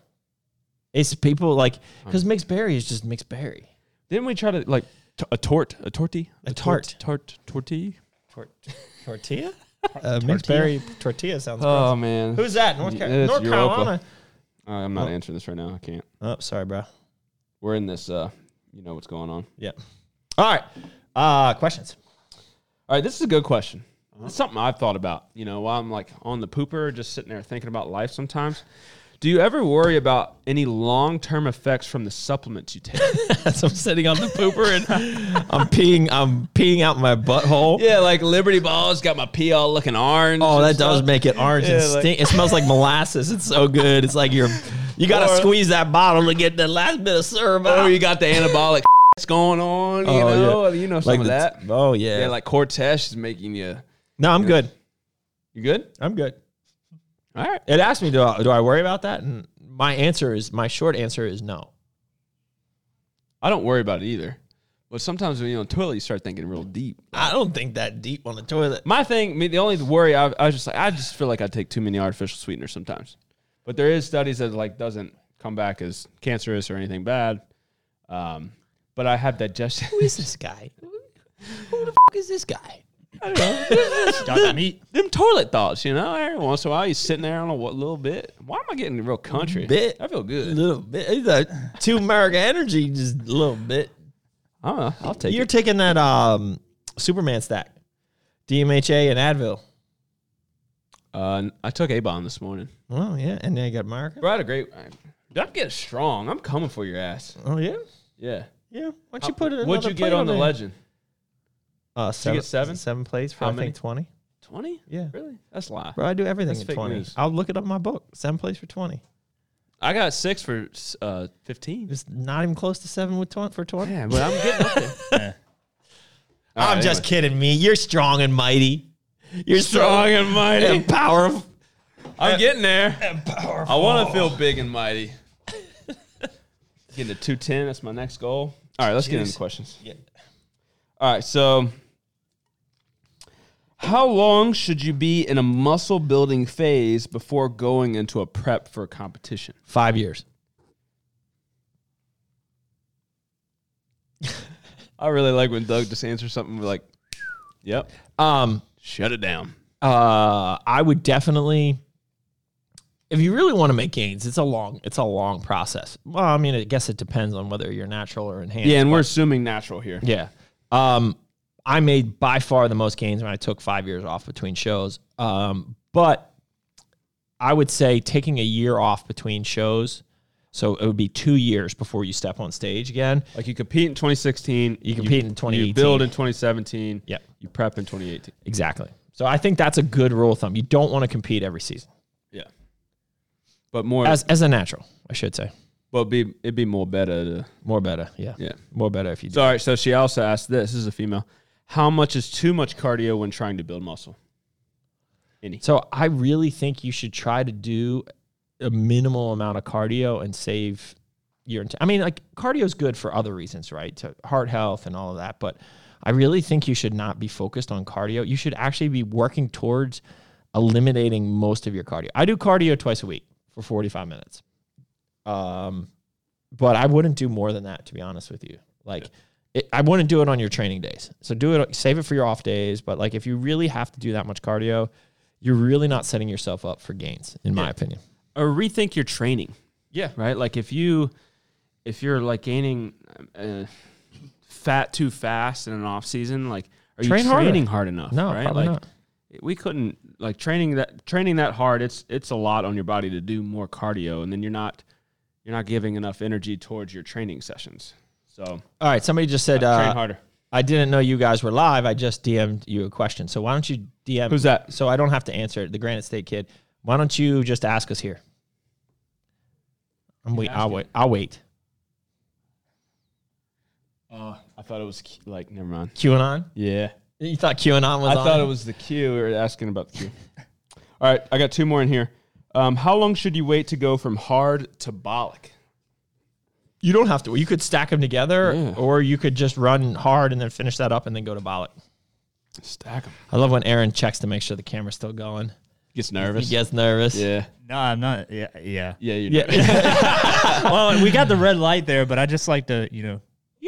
Speaker 3: It's people like because mixed berry is just mixed berry.
Speaker 4: didn't we try to like t- a tort a torty
Speaker 3: A tart.
Speaker 4: tart torty.
Speaker 3: tortilla. Uh, mixed berry Uh, tortilla sounds.
Speaker 4: Oh man,
Speaker 3: Who's that? North, Car-
Speaker 4: It's
Speaker 3: North
Speaker 4: Europa.
Speaker 3: Carolina.
Speaker 4: Uh, I'm not answering this right now. I can't.
Speaker 3: Oh, sorry, bro.
Speaker 4: We're in this. Uh, you know what's going on.
Speaker 3: Yeah. All right. Uh, questions.
Speaker 4: All right, this is a good question.
Speaker 3: Uh-huh.
Speaker 4: It's something I've thought about. You know, while I'm like on the pooper, just sitting there thinking about life sometimes. Do you ever worry about any long term effects from the supplements you take?
Speaker 3: So I'm sitting on the pooper and I'm peeing. I'm peeing out my butthole.
Speaker 4: yeah, like Liberty Balls got my pee all looking orange.
Speaker 3: Oh,
Speaker 4: and
Speaker 3: that does
Speaker 4: stuff.
Speaker 3: make it orange and
Speaker 4: Yeah, like-
Speaker 3: stink. it smells like molasses. It's so good. It's like you're you gotta
Speaker 4: Or-
Speaker 3: squeeze that bottle to get the last bit of syrup
Speaker 4: Oh,
Speaker 3: out.
Speaker 4: you got the anabolic going on, you
Speaker 3: Oh,
Speaker 4: know,
Speaker 3: yeah.
Speaker 4: you know some
Speaker 3: like
Speaker 4: of
Speaker 3: the-
Speaker 4: that.
Speaker 3: Oh yeah.
Speaker 4: yeah, like Cortez is making you.
Speaker 3: no, I'm good.
Speaker 4: You good?
Speaker 3: I'm good.
Speaker 4: All right.
Speaker 3: It asked me, do I, do I worry about that? And my answer is my short answer is no.
Speaker 4: I don't worry about it either. But sometimes when you're on the toilet, you start thinking real deep.
Speaker 3: I don't think that deep on the toilet.
Speaker 4: My thing, I mean, the only worry I, I was just like, I just feel like I take too many artificial sweeteners sometimes. But there is studies that like doesn't come back as cancerous or anything bad. Um, but I have digestion.
Speaker 3: Who is this guy? Who the f- is this guy?
Speaker 5: Got meat.
Speaker 4: them toilet thoughts, you know. Every once in a while, you're sitting there on a wa- little bit. Why am I getting real country?
Speaker 3: Bit.
Speaker 4: I feel good.
Speaker 3: little bit. It's a two America energy, just a little bit.
Speaker 4: I don't know. I'll take
Speaker 3: You're
Speaker 4: it.
Speaker 3: taking that um, Superman stack, DMHA and Advil.
Speaker 4: uh, n- I took a bomb this morning.
Speaker 3: Oh yeah, and then you got America.
Speaker 4: Bro, I had a great. Dude, I'm getting strong. I'm coming for your ass.
Speaker 3: Oh yeah,
Speaker 4: Yeah.
Speaker 3: yeah. Why don't you put it?
Speaker 4: What'd you get on the
Speaker 3: ledge?
Speaker 4: legend?
Speaker 3: Uh, seven,
Speaker 4: get seven?
Speaker 3: seven plays for
Speaker 4: How
Speaker 3: I
Speaker 4: many?
Speaker 3: think twenty.
Speaker 4: Twenty?
Speaker 3: Yeah.
Speaker 4: Really? That's a lie.
Speaker 3: Bro, I do everything
Speaker 4: That's
Speaker 3: at
Speaker 4: fake
Speaker 3: twenty.
Speaker 4: news.
Speaker 3: I'll look it up in my book. Seven plays for twenty.
Speaker 4: I got six for uh, fifteen.
Speaker 3: It's not even close to seven with twenty for twenty.
Speaker 4: Yeah, but I'm getting up there.
Speaker 5: Yeah.
Speaker 4: All right,
Speaker 3: I'm just
Speaker 4: anyway.
Speaker 3: kidding, me. You're strong and mighty. You're
Speaker 4: strong
Speaker 3: strong
Speaker 4: and mighty.
Speaker 3: and powerful.
Speaker 4: I'm getting there. I want to feel big and mighty. getting to two ten. That's my next goal. All right, let's get into
Speaker 3: Jeez.
Speaker 4: questions. All right, so how long should you be in a muscle building phase before going into a prep for a competition?
Speaker 3: Five years.
Speaker 4: I really like when Doug just answers something like, "Yep,
Speaker 3: Um,
Speaker 4: shut it down."
Speaker 3: uh, I would definitely. If you really want to make gains, it's a long, it's a long process. Well, I mean, I guess it depends on whether you're natural or enhanced.
Speaker 4: Yeah, and we're assuming natural here.
Speaker 3: Yeah. Um, I made by far the most gains when I took five years off between shows. Um, but I would say taking a year off between shows, so it would be two years before you step on stage again.
Speaker 4: Like you compete in 2016,
Speaker 3: You compete in 2018.
Speaker 4: you build in 2017,
Speaker 3: Yep.
Speaker 4: you prep in 2018.
Speaker 3: Exactly. So I think that's a good rule of thumb. You don't want to compete every season
Speaker 4: Yeah, but more,
Speaker 3: as as a natural, I should say.
Speaker 4: but be it'd be more better to
Speaker 3: More better, yeah.
Speaker 4: yeah.
Speaker 3: More better if you do.
Speaker 4: So all right, so she also asked this. This is a female. How much is too much cardio when trying to build muscle?
Speaker 3: So I really think you should try to do a minimal amount of cardio and save your int- I mean, like cardio's good for other reasons, right? To heart health and all of that, but I really think you should not be focused on cardio. You should actually be working towards eliminating most of your cardio. I do cardio twice a week for 45 minutes. Um but I wouldn't do more than that to be honest with you. Like it, I wouldn't do it on your training days. So do it save it for your off days, but like if you really have to do that much cardio, you're really not setting yourself up for gains in my opinion.
Speaker 4: or rethink your training.
Speaker 3: Yeah.
Speaker 4: Right. Like if you if you're like gaining uh, fat too fast in an off season, like are
Speaker 3: Train
Speaker 4: you
Speaker 3: harder.
Speaker 4: training hard enough?
Speaker 3: No,
Speaker 4: right.
Speaker 3: probably
Speaker 4: like
Speaker 3: not.
Speaker 4: we couldn't like training that training that hard. It's it's a lot on your body to do more cardio, and then you're not you're not giving enough energy towards your training sessions. So
Speaker 3: All right, somebody just said
Speaker 4: train
Speaker 3: uh,
Speaker 4: harder.
Speaker 3: I didn't know you guys were live. I just DM'd you a question. So why don't you DM
Speaker 4: Who's that?
Speaker 3: So I don't have to answer it. The Granite State kid. Why don't you just ask us here? I'm wait. I'll wait. I'll wait.
Speaker 4: Oh, I thought it was Q- like never mind.
Speaker 3: QAnon.
Speaker 4: Yeah,
Speaker 3: You thought QAnon was
Speaker 4: I
Speaker 3: on?
Speaker 4: thought it was the Q. We were asking about the Q. All right, I got two more in here. Um, how long should you wait to go from hard to bollock?
Speaker 3: You don't have to. You could stack them together,
Speaker 4: Yeah.
Speaker 3: or you could just run hard and then finish that up and then go to Bollock.
Speaker 4: Stack them.
Speaker 3: I love when Aaron checks to make sure the camera's still going.
Speaker 4: Gets
Speaker 3: He
Speaker 4: nervous.
Speaker 3: gets nervous.
Speaker 4: Yeah.
Speaker 5: No, I'm not. Yeah, yeah.
Speaker 4: Yeah. You're nervous.
Speaker 3: Yeah.
Speaker 5: Well, we got the red light there, but I just like to, you know,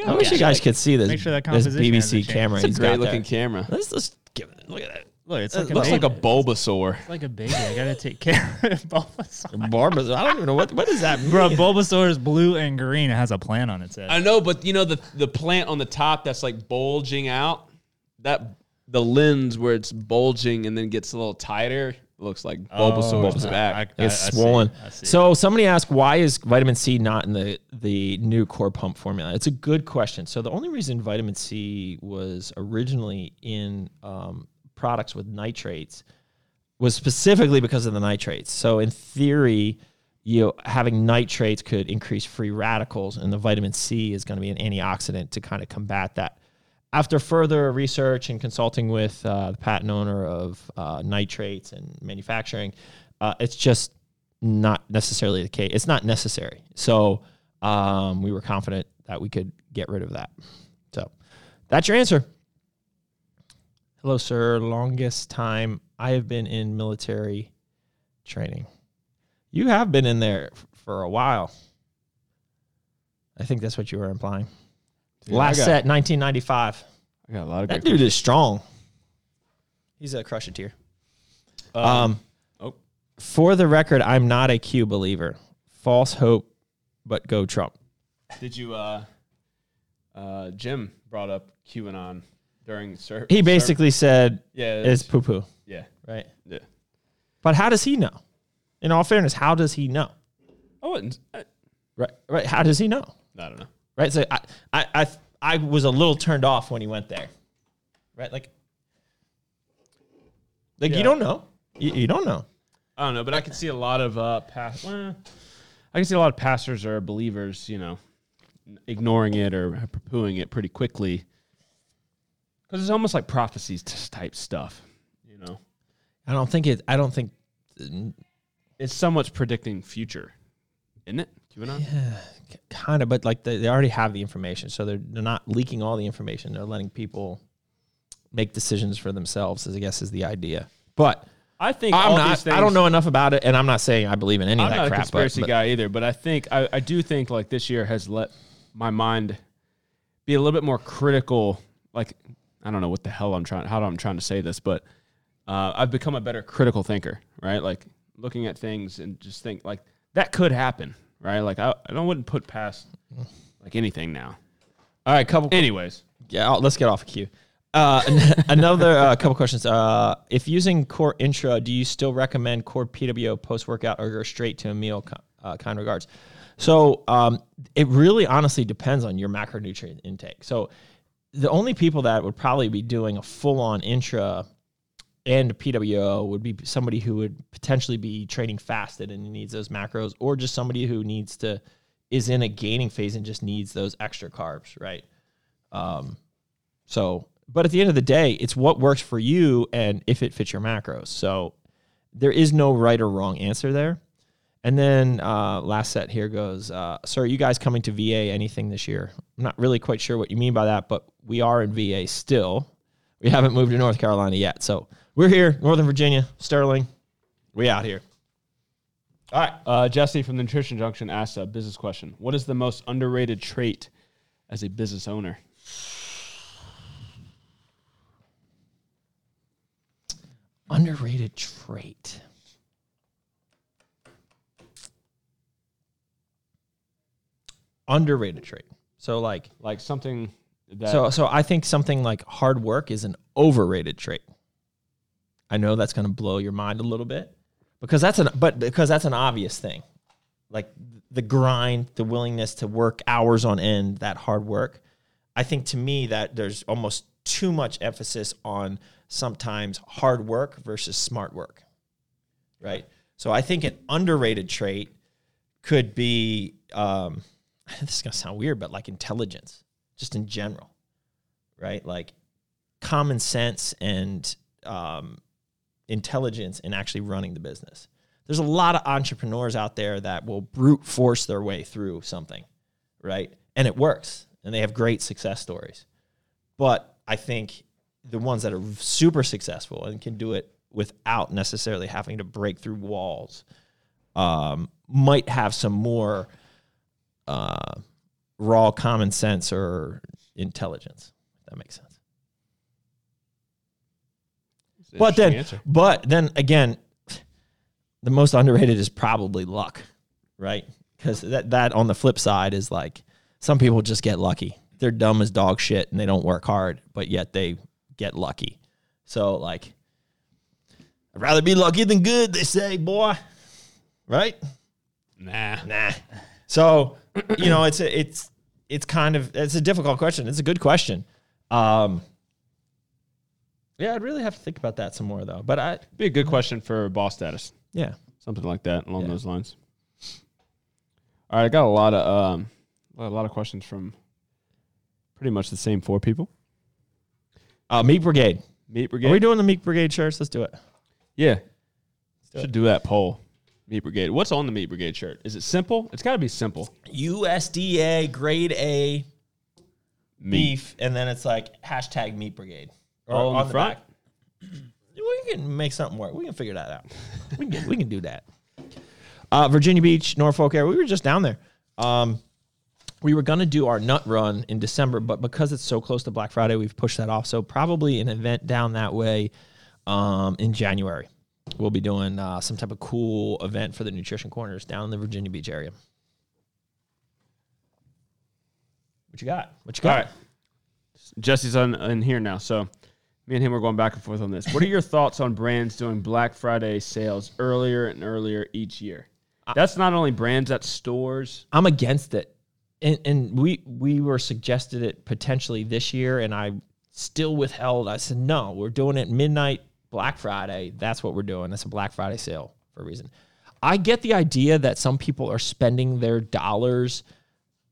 Speaker 3: I wish you guys could see this.
Speaker 5: Make sure that
Speaker 3: this
Speaker 5: composition hasn't
Speaker 3: BBC
Speaker 5: changed.
Speaker 3: camera.
Speaker 5: It's a
Speaker 3: he's got
Speaker 4: Great looking
Speaker 3: there.
Speaker 4: camera.
Speaker 3: Let's just give it. Look at that.
Speaker 5: look, it's
Speaker 3: It
Speaker 5: like a
Speaker 3: looks
Speaker 5: baby.
Speaker 4: Like a Bulbasaur.
Speaker 5: It's like a baby. I gotta take care of Bulbasaur.
Speaker 3: Barbas. I don't even know what what does that mean.
Speaker 5: Bro, Bulbasaur is blue and green. It has a plant on its head.
Speaker 4: I know, but you know the the plant on the top that's like bulging out. That the lens where it's bulging and then gets a little tighter looks like Bulbasaur's
Speaker 5: Oh,
Speaker 4: back.
Speaker 5: I- I-
Speaker 3: It's
Speaker 5: I see,
Speaker 3: swollen.
Speaker 5: I see.
Speaker 3: So somebody asked, why is vitamin C not in the the new core pump formula? It's a good question. So the only reason vitamin C was originally in um, products with nitrates was specifically because of the nitrates. So in theory, you know, having nitrates could increase free radicals, and the vitamin C is going to be an antioxidant to kind of combat that. After further research and consulting with uh, the patent owner of uh, nitrates and manufacturing, uh, it's just not necessarily the case. It's not necessary. So um, we were confident that we could get rid of that. So that's your answer. Hello, sir. Longest time I have been in military training. You have been in there f- for a while. I think that's what you were implying. Last
Speaker 4: I got-
Speaker 3: set, 1995.
Speaker 4: I got a lot of
Speaker 3: That
Speaker 4: great-
Speaker 3: dude is strong. He's a crusher tier. Um,
Speaker 4: oh.
Speaker 3: For the record, I'm not a Q believer. False hope, but go Trump.
Speaker 4: Did you? uh uh Jim brought up QAnon during service.
Speaker 3: He basically said
Speaker 4: yeah
Speaker 3: it's poo poo,
Speaker 4: yeah
Speaker 3: right?
Speaker 4: yeah.
Speaker 3: But how does he know? In all fairness, how does he know?
Speaker 4: I wouldn't. I,
Speaker 3: Right, right. How does he know?
Speaker 4: I don't know.
Speaker 3: Right. So I, I, I, I was a little turned off when he went there. Right. Like, like you don't know. You, you don't know.
Speaker 4: I don't know, but I can see a lot of uh, past. Well, I can see a lot of pastors or believers, you know, ignoring it or poo-pooing it pretty quickly, because it's almost like prophecies t- type stuff. You know,
Speaker 3: I don't think it. I don't think
Speaker 4: it's so much predicting future, isn't it? QAnon.
Speaker 3: kind of, but like they, they already have the information, so they're they're not leaking all the information. They're letting people make decisions for themselves. Is I guess is the idea. But
Speaker 4: I think
Speaker 3: I'm
Speaker 4: all
Speaker 3: not.
Speaker 4: these things,
Speaker 3: I don't know enough about it, and I'm not saying I believe in any
Speaker 4: I'm
Speaker 3: of that
Speaker 4: not
Speaker 3: crap.
Speaker 4: a
Speaker 3: but-
Speaker 4: conspiracy
Speaker 3: but,
Speaker 4: guy either, but I think I, I do think like this year has let my mind be a little bit more critical. Like I don't know what the hell I'm trying, how I'm trying to say this, but uh, I've become a better critical thinker, right? Like looking at things and just think like that could happen, right? Like I, I don't wouldn't put past like anything now.
Speaker 3: All right, couple.
Speaker 4: Anyways,
Speaker 3: Yeah, I'll- let's get off of Q. Uh, an- another uh, couple questions. Uh, if using Core Intra, do you still recommend Core PWO post workout or go straight to a meal? Ki- Uh, kind regards. So um, it really honestly depends on your macronutrient intake. So the only people that would probably be doing a full on intra and PWO would be somebody who would potentially be training fasted and needs those macros, or just somebody who needs to is in a gaining phase and just needs those extra carbs, right? So, but at the end of the day, it's what works for you and if it fits your macros. So, there is no right or wrong answer there. And then uh, last set here goes, uh, sir. Are you guys coming to VA anything this year? I'm not really quite sure what you mean by that, but we are in VA still. We haven't moved to North Carolina yet, so we're here, Northern Virginia, Sterling. We out here.
Speaker 4: All right. Uh, Jesse from the Nutrition Junction asked a business question. What is the most underrated trait as a business owner?
Speaker 3: Underrated trait. Underrated trait. So like
Speaker 4: Like something that
Speaker 3: So, so I think something like hard work is an overrated trait. I know that's going to blow your mind a little bit because that's an but because that's an obvious thing, like the grind, the willingness to work hours on end, that hard work. I think to me that there's almost too much emphasis on sometimes hard work versus smart work, right? So I think an underrated trait could be um, this is gonna sound weird, but like intelligence, just in general, right? Like common sense and um, intelligence in actually running the business. There's a lot of entrepreneurs out there that will brute force their way through something, right? And it works, and they have great success stories. But I think the ones that are super successful and can do it without necessarily having to break through walls um, might have some more uh, raw common sense or intelligence. If that makes sense.
Speaker 4: It's an
Speaker 3: But
Speaker 4: interesting
Speaker 3: then, but then again, the most underrated is probably luck, right? Because that that on the flip side is like some people just get lucky. They're dumb as dog shit and they don't work hard, but yet they get lucky. So like, I'd rather be lucky than good. They say, boy, right?
Speaker 4: nah.
Speaker 3: Nah. So you know, it's a, it's it's kind of it's a difficult question. It's a good question. Um, yeah, I'd really have to think about that some more though. But I
Speaker 4: Be a good question for boss status.
Speaker 3: yeah.
Speaker 4: something like that along those lines. All right, I got a lot of um, a lot of questions from pretty much the same four people.
Speaker 3: Uh, meat brigade.
Speaker 4: Meat
Speaker 3: Are
Speaker 4: Brigade,
Speaker 3: we doing the meat brigade shirts? Let's do it.
Speaker 4: yeah, should do that poll. Meat Brigade, what's on the Meat Brigade shirt? Is it simple? It's got to be simple.
Speaker 3: USDA grade A
Speaker 4: Meat
Speaker 3: beef, and then it's like hashtag meat brigade. Or
Speaker 4: all on the front.
Speaker 3: back. We can make something work. We can figure that out. we can get, we can do that. Uh, Virginia Beach, Norfolk area. We were just down there. Um, we were gonna do our nut run in December, but because it's so close to Black Friday, we've pushed that off. So probably an event down that way um, in January. We'll be doing uh, some type of cool event for the Nutrition Corners down in the Virginia Beach area. What you got? What you got?
Speaker 4: All right, Jesse's on in here now, so me and him were going back and forth on this. What are your thoughts on brands doing Black Friday sales earlier and earlier each year? That's not only brands, that's stores.
Speaker 3: I'm against it. And, and we we were suggested it potentially this year, and I still withheld. I said no, we're doing it midnight Black Friday. That's what we're doing. That's a Black Friday sale for a reason. I get the idea that some people are spending their dollars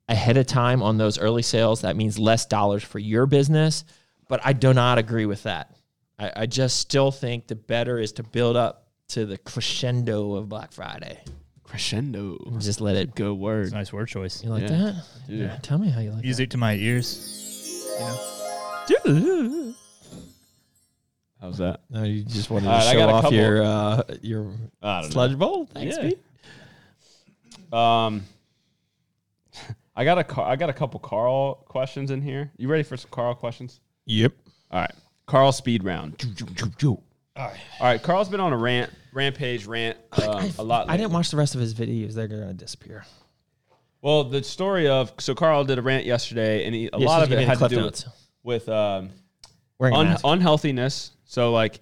Speaker 3: ahead of time on those early sales. That means less dollars for your business, but I do not agree with that. I, I just still think the better is to build up to the crescendo of Black Friday.
Speaker 4: Crescendo.
Speaker 3: Just let it go.
Speaker 4: Good word.
Speaker 5: Nice word choice.
Speaker 3: You like that? Yeah. Tell me how you like
Speaker 5: Music to my ears.
Speaker 3: that.
Speaker 4: How's that?
Speaker 3: No, you just wanted
Speaker 4: All right, I
Speaker 3: to show
Speaker 4: got a
Speaker 3: off
Speaker 4: couple.
Speaker 3: your uh, your
Speaker 4: I don't know.
Speaker 3: sludge bowl. Thanks,
Speaker 4: Yeah.
Speaker 3: Pete.
Speaker 4: Um, I got a Car- I got a couple Carl questions in here. You ready for some Carl questions?
Speaker 3: Yep.
Speaker 4: All right, Carl speed round. All right, Carl's been on a rant, rampage rant um, a lot.
Speaker 3: I didn't
Speaker 4: lately.
Speaker 3: watch the rest of his videos. They're gonna disappear.
Speaker 4: Well, the story of so Carl did a rant yesterday, and he, a
Speaker 3: Yeah,
Speaker 4: lot
Speaker 3: so
Speaker 4: of
Speaker 3: give me
Speaker 4: it
Speaker 3: the
Speaker 4: had to
Speaker 3: Cliff
Speaker 4: do
Speaker 3: Notes.
Speaker 4: with um,
Speaker 3: Wearing a
Speaker 4: un-
Speaker 3: mask.
Speaker 4: unhealthiness. So like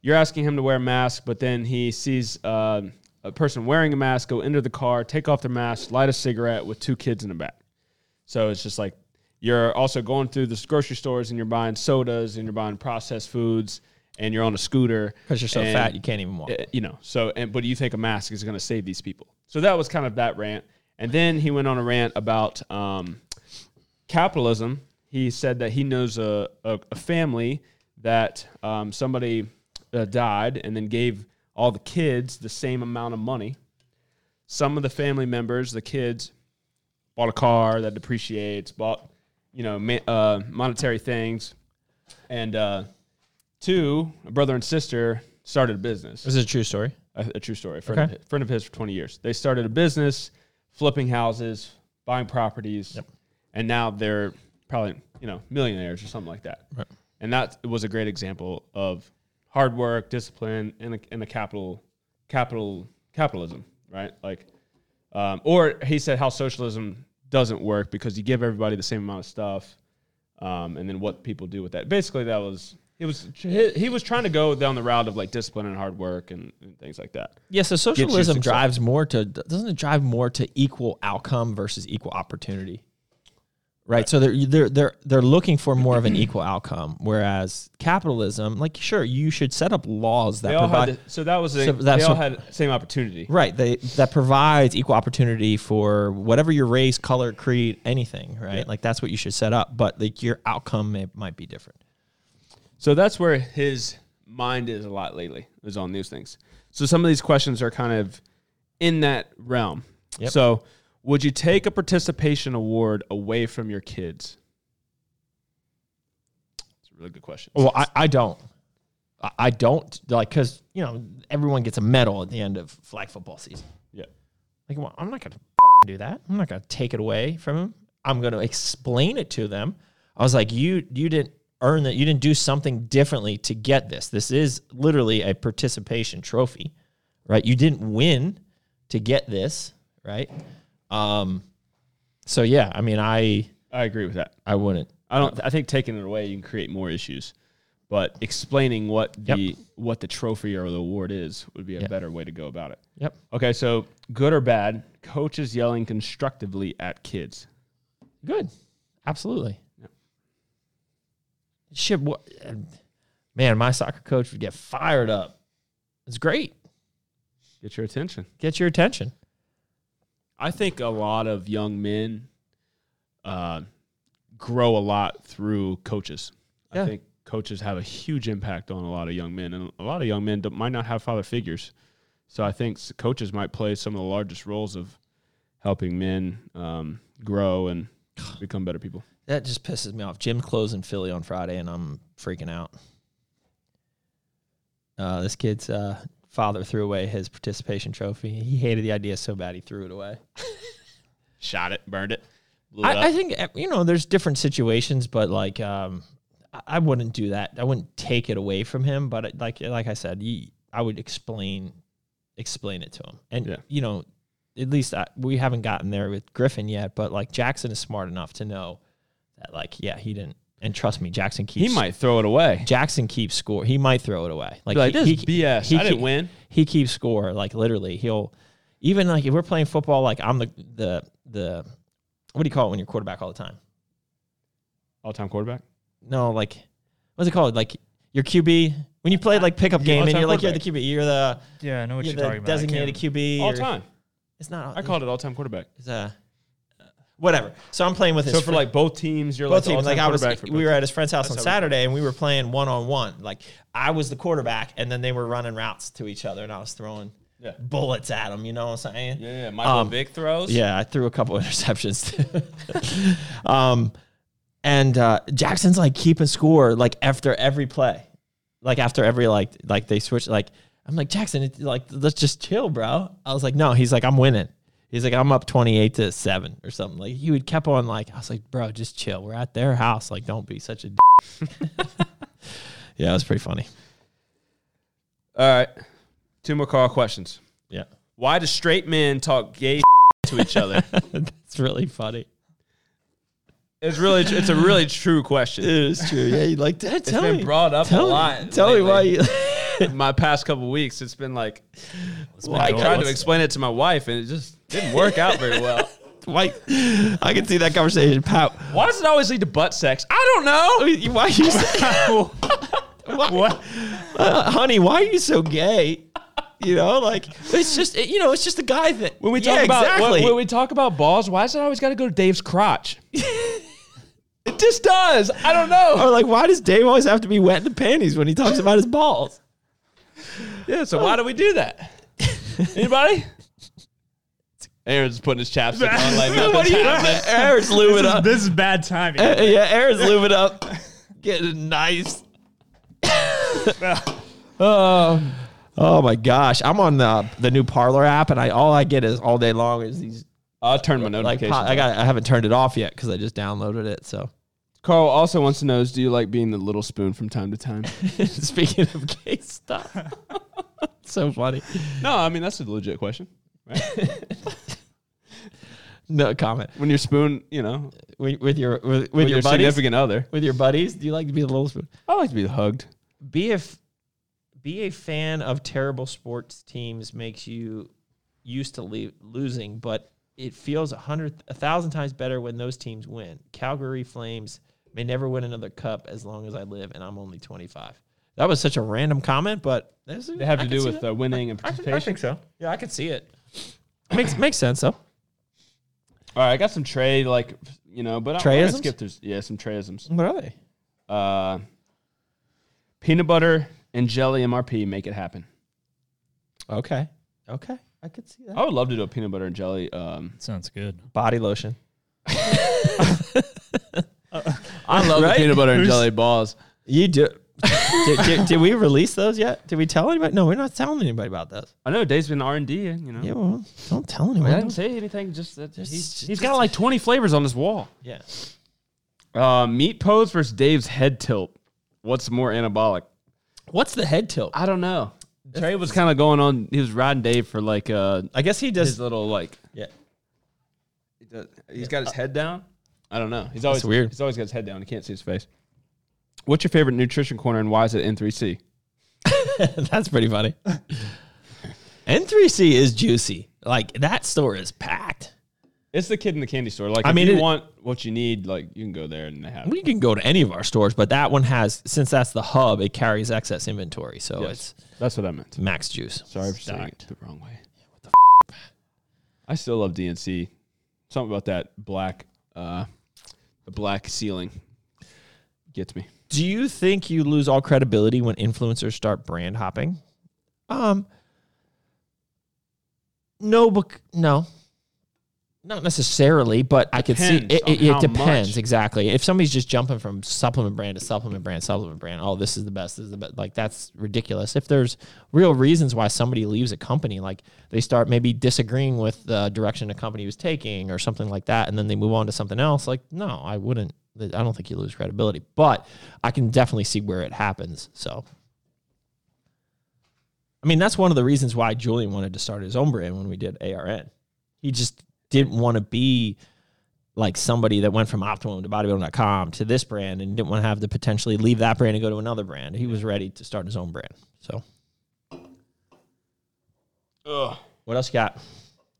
Speaker 4: you're asking him to wear a mask, but then he sees um a person wearing a mask go into the car, take off their mask, light a cigarette with two kids in the back. So it's just like you're also going through the grocery stores and you're buying sodas and you're buying processed foods and you're on a scooter
Speaker 3: 'Cause you're so
Speaker 4: and-
Speaker 3: fat you can't even walk.
Speaker 4: uh, you know. So, and but do you think a mask is going to save these people? So that was kind of that rant. And then he went on a rant about um, capitalism. He said that he knows a, a, a family that um, somebody uh, died and then gave all the kids the same amount of money. some of the family members, the kids, bought a car that depreciates, bought you know ma- uh, monetary things, and uh, two, a brother and sister started a business.
Speaker 3: This is a true story.
Speaker 4: A, a true story. A friend, of, hi- friend of his for 20 years. They started a business, flipping houses, buying properties, and now they're probably you know millionaires or something like that. Right. And that was a great example of hard work, discipline, and a, and a capital, capital, capitalism. Right. Like, um, or he said how socialism doesn't work because you give everybody the same amount of stuff, um, and then what people do with that. Basically, that was. He was he, he was trying to go down the route of like discipline and hard work and, and things like that.
Speaker 3: Yeah, so
Speaker 4: you
Speaker 3: socialism
Speaker 4: success.
Speaker 3: drives more to doesn't it drive more to equal outcome versus equal opportunity, right? So they're they're they're they're looking for more of an equal outcome, whereas capitalism, like sure, you should set up laws that
Speaker 4: They all
Speaker 3: provide
Speaker 4: had the, so that was the,
Speaker 3: So that's
Speaker 4: they all
Speaker 3: what-
Speaker 4: had same opportunity.
Speaker 3: right they that provides equal opportunity for whatever your race, color, creed, anything, right? Like that's what you should set up, but like your outcome may, might be different.
Speaker 4: So that's where his mind is a lot lately is on these things. So some of these questions are kind of in that realm. So would you take a participation award away from your kids? It's a really good question.
Speaker 3: Well, I, I don't. I- I don't like because you know everyone gets a medal at the end of flag football season.
Speaker 4: Yeah.
Speaker 3: Like, well, I'm not gonna do that. I'm not gonna take it away from them. I'm gonna explain it to them. I was like, you you didn't earn that. You didn't do something differently to get this. This is literally a participation trophy, right? You didn't win to get this, right? Um, so yeah, I mean, I
Speaker 4: I agree with that.
Speaker 3: I wouldn't.
Speaker 4: I don't I think taking it away you can create more issues. But explaining what the what the trophy or the award is would be a better way to go about it.
Speaker 3: Yep.
Speaker 4: Okay, so good or bad, coaches yelling constructively at kids.
Speaker 3: Good. Absolutely. Shit, what, man, my soccer coach would get fired up. It's great.
Speaker 4: Get your attention.
Speaker 3: Get your attention.
Speaker 4: I think a lot of young men uh, grow a lot through coaches.
Speaker 3: Yeah.
Speaker 4: I think coaches have a huge impact on a lot of young men, and a lot of young men don't- might not have father figures. So I think s- coaches might play some of the largest roles of helping men um, grow and become better people.
Speaker 3: That just pisses me off. Gym closed in Philly on Friday, and I'm freaking out. Uh, this kid's uh, father threw away his participation trophy. He hated the idea so bad he threw it away.
Speaker 4: Shot it, burned it. blew it up.
Speaker 3: I, I think uh, you know there's different situations, but like um, I, I wouldn't do that. I wouldn't take it away from him, but it, like like I said, you, I would explain explain it to him, and
Speaker 4: Yeah.
Speaker 3: you know at least I, we haven't gotten there with Griffin yet, but like Jackson is smart enough to know that like yeah he didn't, and trust me, Jackson
Speaker 4: he
Speaker 3: keeps
Speaker 4: might throw it away.
Speaker 3: Jackson keeps score. He might throw it away. Like,
Speaker 4: like,
Speaker 3: he,
Speaker 4: "This is
Speaker 3: he-
Speaker 4: BS. I didn't
Speaker 3: keep-
Speaker 4: win."
Speaker 3: He keeps score. Like literally, he'll even like if we're playing football. Like I'm the the the what do you call it when you're quarterback all the time?
Speaker 4: All time quarterback.
Speaker 3: No, like what's it called? Like your QB when you play like pickup game and
Speaker 4: all-time
Speaker 3: you're like you're the QB. You're the
Speaker 5: Yeah, I know what
Speaker 3: you're
Speaker 5: you're,
Speaker 3: the
Speaker 5: talking about. I can't
Speaker 3: designated
Speaker 5: remember.
Speaker 3: QB.
Speaker 4: All
Speaker 3: or-
Speaker 4: time.
Speaker 3: It's not.
Speaker 4: I called it all time quarterback.
Speaker 3: It's uh, whatever. So I'm playing with his.
Speaker 4: So for
Speaker 3: friend-
Speaker 4: like both teams, you're like
Speaker 3: both teams.
Speaker 4: all
Speaker 3: Like I was,
Speaker 4: quarterback.
Speaker 3: we were at his friend's house on
Speaker 4: how we-
Speaker 3: Saturday, and we were playing one on one. Like I was the quarterback, and then they were running routes to each other, and I was throwing
Speaker 4: Yeah.
Speaker 3: bullets at them. You know what I'm saying?
Speaker 4: Yeah, yeah. Michael
Speaker 3: Um,
Speaker 4: Vick throws.
Speaker 3: Yeah, I threw a couple interceptions. um, and uh, Jackson's like keeping score like after every play, like after every like like they switch. Like I'm like Jackson, it, like let's just chill, bro. I was like, no. He's like, I'm winning. He's like, I'm up 28 to seven or something. Like he would kept on like I was like, bro, just chill. We're at their house. Like don't be such a. D-. yeah, it was pretty funny.
Speaker 4: All right. Two more call questions.
Speaker 3: Yeah,
Speaker 4: Why do straight men talk gay to each other?
Speaker 3: it's really funny.
Speaker 4: It's really, it's a really true question.
Speaker 3: It is true. Yeah, you like that? Tell
Speaker 4: been
Speaker 3: me.
Speaker 4: brought up a
Speaker 3: tell me-
Speaker 4: lot
Speaker 3: Tell me why
Speaker 4: lately.
Speaker 3: you.
Speaker 4: My past couple weeks, it's been like
Speaker 5: It's been
Speaker 4: I
Speaker 5: going-
Speaker 4: tried to explain it to my wife, and it just didn't work out very well.
Speaker 3: Why? I can see that conversation. Pat,
Speaker 4: Why does it always lead to butt sex? I don't know.
Speaker 3: why you? So, why,
Speaker 5: What?
Speaker 3: Uh, honey? Why are you so gay? You know, like it's just you know, it's just a guy thing.
Speaker 4: When we talk
Speaker 3: Yeah,
Speaker 4: about when-
Speaker 3: exactly,
Speaker 4: when, we talk about balls, why does it always got to go to Dave's crotch? it just does. I don't know.
Speaker 3: or like, why does Dave always have to be wet in the panties when he talks about his balls?
Speaker 4: Yeah. So why do we do that? Anybody? Aaron's putting his chapstick on like nothing's
Speaker 3: What are you?
Speaker 4: happening.
Speaker 3: Aaron's lubing up.
Speaker 5: Uh, This is bad timing.
Speaker 3: Yeah, Aaron's lubing up. Getting nice. Oh my gosh, I'm on the the new Parlor app, and I all I get is all day long is these
Speaker 4: I'll turn my
Speaker 3: like
Speaker 4: notifications.
Speaker 3: po- I got I haven't turned it off yet because I just downloaded it. So
Speaker 4: Carl also wants to know: is Do you like being the little spoon from time to time?
Speaker 3: speaking of gay stuff, so funny.
Speaker 4: no, I mean that's a legit question.
Speaker 3: No comment
Speaker 4: When you're spoon, you know,
Speaker 3: with, with your with, with,
Speaker 4: with
Speaker 3: your,
Speaker 4: your,
Speaker 3: buddies.
Speaker 4: significant other.
Speaker 3: With your buddies, do you like to be the little spoon?
Speaker 4: I like to be hugged.
Speaker 3: Be a f- be a fan of terrible sports teams makes you used to le- losing, but it feels a hundred a thousand times better when those teams win. Calgary Flames may never win another cup as long as I live, and I'm only 25. That was such a random comment, but this is-
Speaker 4: They have
Speaker 3: I
Speaker 4: to
Speaker 3: can
Speaker 4: do
Speaker 3: see
Speaker 4: with
Speaker 3: that.
Speaker 4: uh, winning and
Speaker 3: I,
Speaker 4: participation.
Speaker 3: I think so. Yeah, I can see it. Makes makes sense though.
Speaker 4: All right, I got some Trey, like you know, but I'm gonna
Speaker 3: Treyisms?
Speaker 4: skip through. Yeah, some Treyisms.
Speaker 3: What are they?
Speaker 4: Uh, peanut butter and jelly MRP make it happen.
Speaker 3: Okay, okay, I could see that.
Speaker 4: I would love to do a peanut butter and jelly. Um,
Speaker 5: Sounds good.
Speaker 3: Body lotion.
Speaker 4: I love
Speaker 3: Right?
Speaker 4: the peanut butter and
Speaker 5: Who's-
Speaker 4: jelly balls.
Speaker 3: You do. did, did, did we release those yet? Did we tell anybody? No, we're not telling anybody about those.
Speaker 4: I know Dave's been R and D, you know.
Speaker 3: Yeah, well, don't tell
Speaker 4: I
Speaker 3: anyone.
Speaker 4: didn't say anything. Just that he's,
Speaker 3: Just-
Speaker 4: he's got like twenty flavors on his wall.
Speaker 3: yeah.
Speaker 4: Uh, meat pose versus Dave's head tilt. What's more anabolic?
Speaker 3: What's the head tilt?
Speaker 4: I don't know. Trey was kind of going on. He was riding Dave for like uh,
Speaker 3: I guess he
Speaker 4: his
Speaker 3: does.
Speaker 4: little like.
Speaker 3: Yeah.
Speaker 4: He's got his head down. I don't know. He's always
Speaker 3: weird.
Speaker 4: He's always got his head down. He can't see his face. What's your favorite nutrition corner and why is it N3C?
Speaker 3: That's pretty funny. N3C is juicy. Like that store is packed.
Speaker 4: It's the kid in the candy store. Like,
Speaker 3: I
Speaker 4: if
Speaker 3: mean,
Speaker 4: you
Speaker 3: it-
Speaker 4: want what you need, like you can go there and they have. it.
Speaker 3: We can go to any of our stores, but that one has since that's the hub, it carries excess inventory, so
Speaker 4: Yes. That's what I meant.
Speaker 3: it's max juice.
Speaker 4: Sorry for saying it the wrong way. what the I still love DNC. Something about that black, uh, the black ceiling gets me.
Speaker 3: Do you think you lose all credibility when influencers start brand hopping? Um, no, bec- no, not necessarily, but I could see it.
Speaker 4: Depends
Speaker 3: It,
Speaker 4: on
Speaker 3: it
Speaker 4: how
Speaker 3: depends
Speaker 4: much.
Speaker 3: exactly. If somebody's just jumping from supplement brand to supplement brand, supplement brand, oh, this is the best, this is the best, like that's ridiculous. If there's real reasons why somebody leaves a company, like they start maybe disagreeing with the direction a company was taking or something like that, and then they move on to something else, like no, I wouldn't. I don't think you lose credibility, but I can definitely see where it happens. So I mean, that's one of the reasons why Julian wanted to start his own brand when we did ARN. He just didn't want to be like somebody that went from Optimum to bodybuilding.com to this brand and didn't want to have to potentially leave that brand and go to another brand. He was ready to start his own brand. So,
Speaker 4: Ugh.
Speaker 3: what else you got?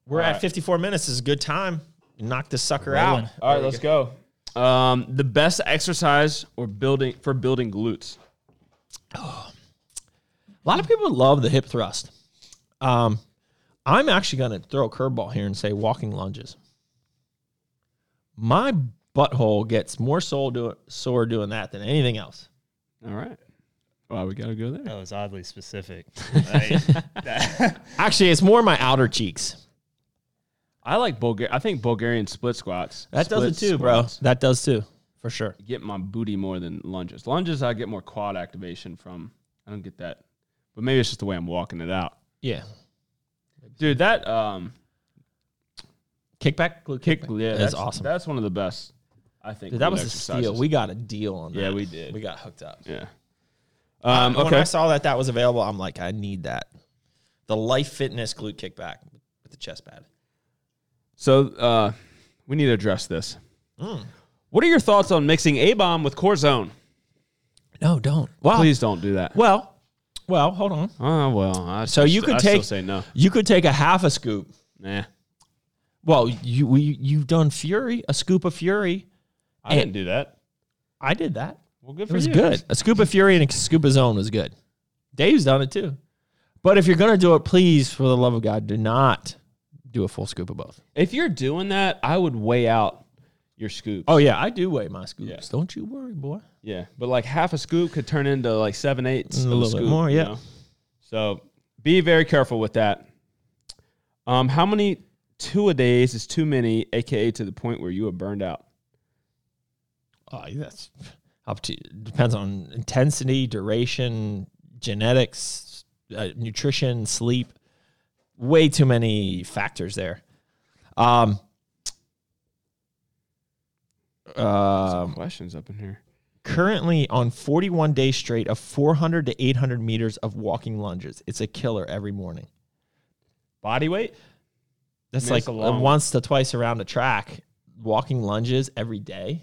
Speaker 3: We're at
Speaker 4: right.
Speaker 3: 54 minutes. This is a good time. Knock this sucker
Speaker 5: Rolling.
Speaker 3: out.
Speaker 4: All right, let's go. Um, the best exercise or building for building glutes.
Speaker 3: A lot of people love the hip thrust. Um, I'm actually going to throw a curveball here and say walking lunges. My butthole gets more sore, do- sore doing that than anything else.
Speaker 4: All right. Well, we gotta go there.
Speaker 5: That was oddly specific.
Speaker 3: Actually, it's more my outer cheeks.
Speaker 4: I like Bulgar. I think Bulgarian split squats.
Speaker 3: That
Speaker 4: split
Speaker 3: does it too, bro.
Speaker 4: squats
Speaker 3: That does too, for sure.
Speaker 4: Get my booty more than lunges. Lunges, I get more quad activation from. I don't get that, but maybe it's just the way I'm walking it out,
Speaker 3: Yeah.
Speaker 4: dude. That um,
Speaker 3: Kickback, glute
Speaker 4: kick,
Speaker 3: kickback.
Speaker 4: yeah,
Speaker 3: that's,
Speaker 4: that's
Speaker 3: awesome.
Speaker 4: That's one of the best. I think
Speaker 3: Dude, that
Speaker 4: glute
Speaker 3: was a
Speaker 4: exercises.
Speaker 3: steal. We got a deal on that.
Speaker 4: Yeah, we did.
Speaker 3: We got hooked up.
Speaker 4: yeah. Um,
Speaker 3: When I
Speaker 4: okay.
Speaker 3: saw that that was available, I'm like, I need that. The Life Fitness glute kickback with the chest pad.
Speaker 4: So uh, we need to address this.
Speaker 3: Mm.
Speaker 4: What are your thoughts on mixing A bomb with Corzone?
Speaker 3: No, don't. Wow.
Speaker 4: Please don't do that.
Speaker 3: Well, well, hold on.
Speaker 4: Oh well. I
Speaker 3: So
Speaker 4: still-
Speaker 3: you could
Speaker 4: I
Speaker 3: take
Speaker 4: Still say no.
Speaker 3: You could take a half a scoop.
Speaker 4: Nah,
Speaker 3: Well, you we, you've done Fury, a scoop of Fury.
Speaker 4: I didn't do that.
Speaker 3: I did that.
Speaker 4: Well, good
Speaker 3: It
Speaker 4: for
Speaker 3: was
Speaker 4: you.
Speaker 3: good. A scoop of Fury and a scoop of Zone was good. Dave's done it too. But if you're gonna do it, please, for the love of God, do not do a full scoop of both.
Speaker 4: If you're doing that, I would weigh out your scoop.
Speaker 3: Oh yeah, I do weigh my scoops.
Speaker 4: Yeah.
Speaker 3: Don't you worry, boy.
Speaker 4: yeah, but like half a scoop could turn into like seven eighths.
Speaker 3: A
Speaker 4: of
Speaker 3: little bit
Speaker 4: scoop,
Speaker 3: more,
Speaker 4: you
Speaker 3: yeah.
Speaker 4: know? So be very careful with that. Um, how many two a days is too many, aka to the point where you are burned out.
Speaker 3: Uh, that's up to depends on intensity, duration, genetics, uh, nutrition, sleep. Way too many factors there. Um, um,
Speaker 4: Questions up in here.
Speaker 3: currently on 41 days straight of 400 to 800 meters of walking lunges. It's a killer every morning.
Speaker 4: Body weight?
Speaker 3: That's
Speaker 4: Man, it's
Speaker 3: like
Speaker 4: a
Speaker 3: a
Speaker 4: long-
Speaker 3: once to twice around the track, walking lunges every day.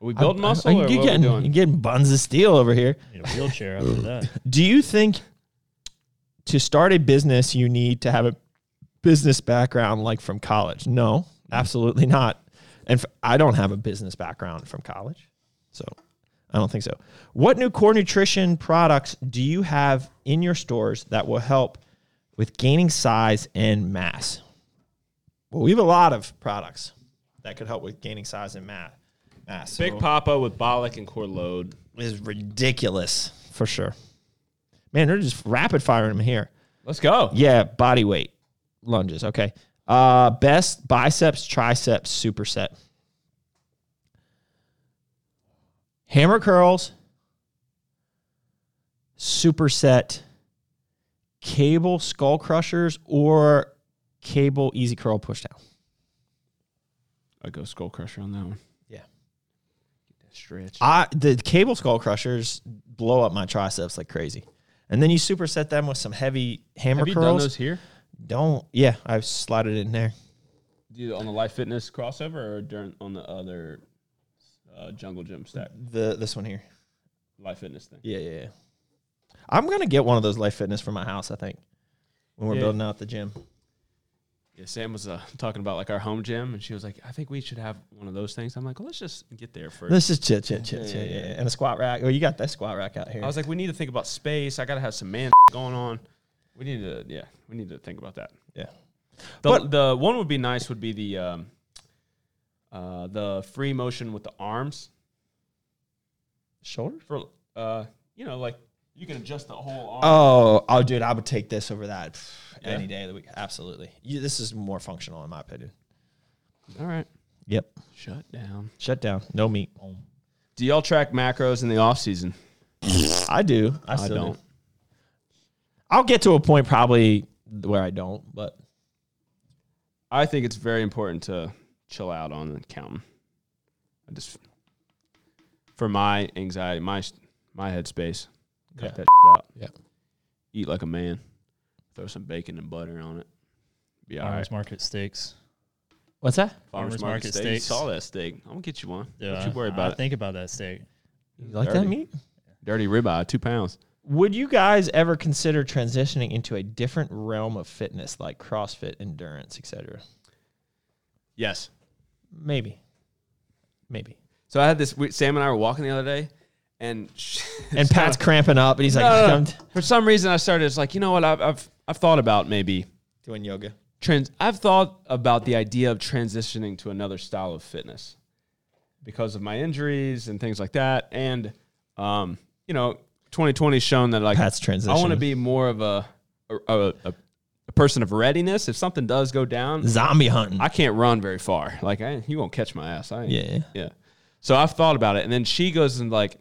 Speaker 4: Are we building
Speaker 3: I'm- I'm-
Speaker 4: muscle or what
Speaker 3: you're
Speaker 4: are we
Speaker 3: getting,
Speaker 4: doing?
Speaker 3: you're getting buns of steel over here.
Speaker 5: Need a wheelchair after that.
Speaker 3: Do you think to start a business, you need to have a business background like from college? No, absolutely not. And f- I don't have a business background from college. So I don't think so. What new core nutrition products do you have in your stores that will help with gaining size and mass? Well, we have a lot of products that could help with gaining size and mass. Mass
Speaker 4: Big Papa with Bollock and core load.
Speaker 3: is ridiculous for sure. Man, they're just rapid firing them here.
Speaker 4: Let's go.
Speaker 3: Yeah, body weight lunges. Okay. Uh, best biceps, triceps, superset. Hammer curls, superset, cable skull crushers, or cable easy curl pushdown.
Speaker 4: I go skull crusher on that one.
Speaker 3: Yeah.
Speaker 4: Stretch.
Speaker 3: I the cable skull crushers blow up my triceps like crazy. And then you superset them with some heavy hammer
Speaker 4: Have you done
Speaker 3: curls.
Speaker 4: those here?
Speaker 3: Don't yeah, I've slotted in there.
Speaker 4: Do you on the Life Fitness crossover or during on the other uh, Jungle Gym stack
Speaker 3: The this one here.
Speaker 4: Life Fitness thing?
Speaker 3: Yeah, yeah, yeah. I'm gonna get one of those life fitness for my house, I think. When we're
Speaker 4: Yeah.
Speaker 3: building out the gym.
Speaker 4: Yeah, Sam was uh, talking about like our home gym, and she was like, "I think we should have one of those things." I'm like, well, "Let's just get there first.
Speaker 3: This is chit chit chit
Speaker 4: yeah,
Speaker 3: chit yeah, yeah. And a squat rack. Oh, you got that squat rack out here.
Speaker 4: I was like, "We need to think about space. I gotta have some man going on. We need to, yeah, we need to think about that."
Speaker 3: yeah.
Speaker 4: The,
Speaker 3: But-
Speaker 4: the one would be nice would be the um, uh, the free motion with the arms
Speaker 3: Shoulder?
Speaker 4: for uh, you know like you can adjust the whole arm.
Speaker 3: Oh, oh dude, I would take this over that pff,
Speaker 4: Yeah.
Speaker 3: any day of the week. Absolutely. You, this is more functional in my opinion. Oh.
Speaker 4: All right,
Speaker 3: Yep.
Speaker 4: shut down.
Speaker 3: Shut down. No meat.
Speaker 4: Do y'all track macros in the off season?
Speaker 3: I do. I, still
Speaker 4: don't.
Speaker 3: Do. I'll get to a point probably where I don't, but
Speaker 4: I think it's very important to chill out on counting. I just for my anxiety, my my headspace, cut that out.
Speaker 3: Yeah.
Speaker 4: eat like a man. Throw some bacon and butter on it. Be all
Speaker 5: Farmers
Speaker 4: right.
Speaker 5: market steaks.
Speaker 3: what's that?
Speaker 4: Farmers,
Speaker 5: Farmer's
Speaker 4: market,
Speaker 5: market
Speaker 4: steak. You
Speaker 5: steaks.
Speaker 4: saw that steak. I'm gonna get you one. Don't you worry
Speaker 5: I
Speaker 4: about it.
Speaker 5: Think about that steak.
Speaker 3: You like
Speaker 4: Dirty.
Speaker 3: that meat?
Speaker 4: Dirty ribeye, two pounds.
Speaker 3: Would you guys ever consider transitioning into a different realm of fitness like CrossFit, endurance, etc.?
Speaker 4: Yes.
Speaker 3: Maybe. Maybe.
Speaker 4: So I had this. We, Sam and I were walking the other day, and she-
Speaker 3: And Pat's cramping up and he's like
Speaker 4: No, no,
Speaker 3: I'm
Speaker 4: no. for some reason I started. It's like you know what I've I've, I've thought about maybe
Speaker 3: doing yoga.
Speaker 4: trans I've thought about the idea of transitioning to another style of fitness because of my injuries and things like that and um you know 2020's shown that like
Speaker 3: Pat's
Speaker 4: I want to
Speaker 3: transitioning.
Speaker 4: be more of a a, a a a person of readiness if something does go down
Speaker 3: Zombie hunting.
Speaker 4: I can't run very far like I, you won't catch my ass I ain't-
Speaker 3: yeah.
Speaker 4: yeah. So I've thought about it, and then she goes and like,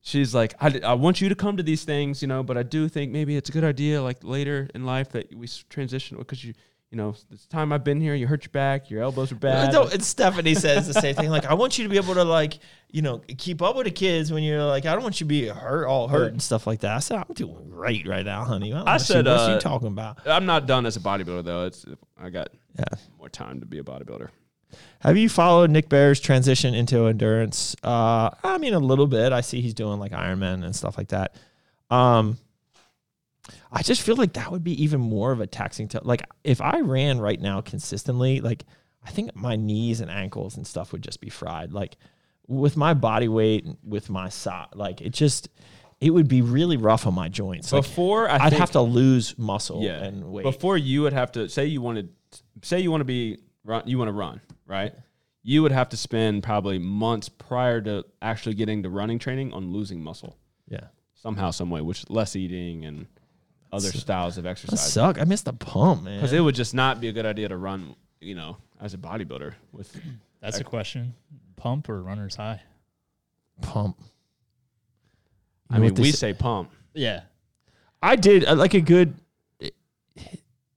Speaker 4: she's like, I, I want you to come to these things, you know, but I do think maybe it's a good idea, like later in life, that we s- transition because you, you know, this time I've been here, you hurt your back, your elbows are
Speaker 3: I
Speaker 4: bad.
Speaker 3: don't- and Stephanie says the same thing. Like, I want you to be able to like, you know, keep up with the kids when you're like, I don't want you to be hurt, all hurt and stuff like that. I said, I'm doing great right now, honey. I, don't know
Speaker 4: said,
Speaker 3: what's
Speaker 4: uh,
Speaker 3: you talking about?
Speaker 4: I'm not done as a bodybuilder though. It's I got
Speaker 3: Yeah.
Speaker 4: more time to be a bodybuilder.
Speaker 3: Have you followed Nick Bear's transition into endurance? Uh, I mean, a little bit. I see he's doing like Ironman and stuff like that. Um, I just feel like that would be even more of a taxing. To, like, if I ran right now consistently, like, I think my knees and ankles and stuff would just be fried. Like, with my body weight, and with my side, like, it just, it would be really rough on my joints. Like,
Speaker 4: Before I
Speaker 3: I'd
Speaker 4: think-
Speaker 3: have to lose muscle
Speaker 4: Yeah.
Speaker 3: and weight.
Speaker 4: Before you would have to say you wanted, say you want to be run, you want to run, right? You would have to spend probably months prior to actually getting to running training on losing muscle.
Speaker 3: yeah.
Speaker 4: somehow, some way, which less eating and other styles of
Speaker 3: That
Speaker 4: exercise
Speaker 3: suck. I missed the pump, man.
Speaker 4: because it would just not be a good idea to run. You know, as a bodybuilder with
Speaker 5: That's a question. Pump or runner's high?
Speaker 3: pump.
Speaker 4: I
Speaker 3: know
Speaker 4: mean,
Speaker 3: what they
Speaker 4: we
Speaker 3: say-
Speaker 4: say pump.
Speaker 5: Yeah.
Speaker 3: I did uh, like a good.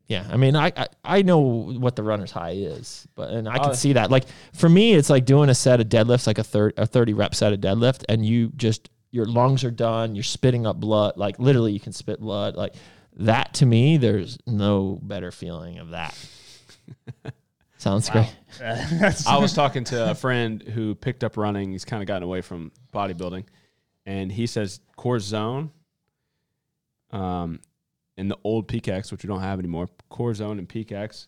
Speaker 3: Yeah, I mean, I, I I know what the runner's high is, but and I can see that. Like for me, it's like doing a set of deadlifts, like a third a thirty rep set of deadlift, and you just your lungs are done. You're spitting up blood, like literally, you can spit blood. Like that to me, there's no better feeling of that. Sounds great.
Speaker 5: That's-
Speaker 4: I was talking to a friend who picked up running. He's kind of gotten away from bodybuilding, and he says core zone, um, and the old peak X, which we don't have anymore. Core zone and peak X.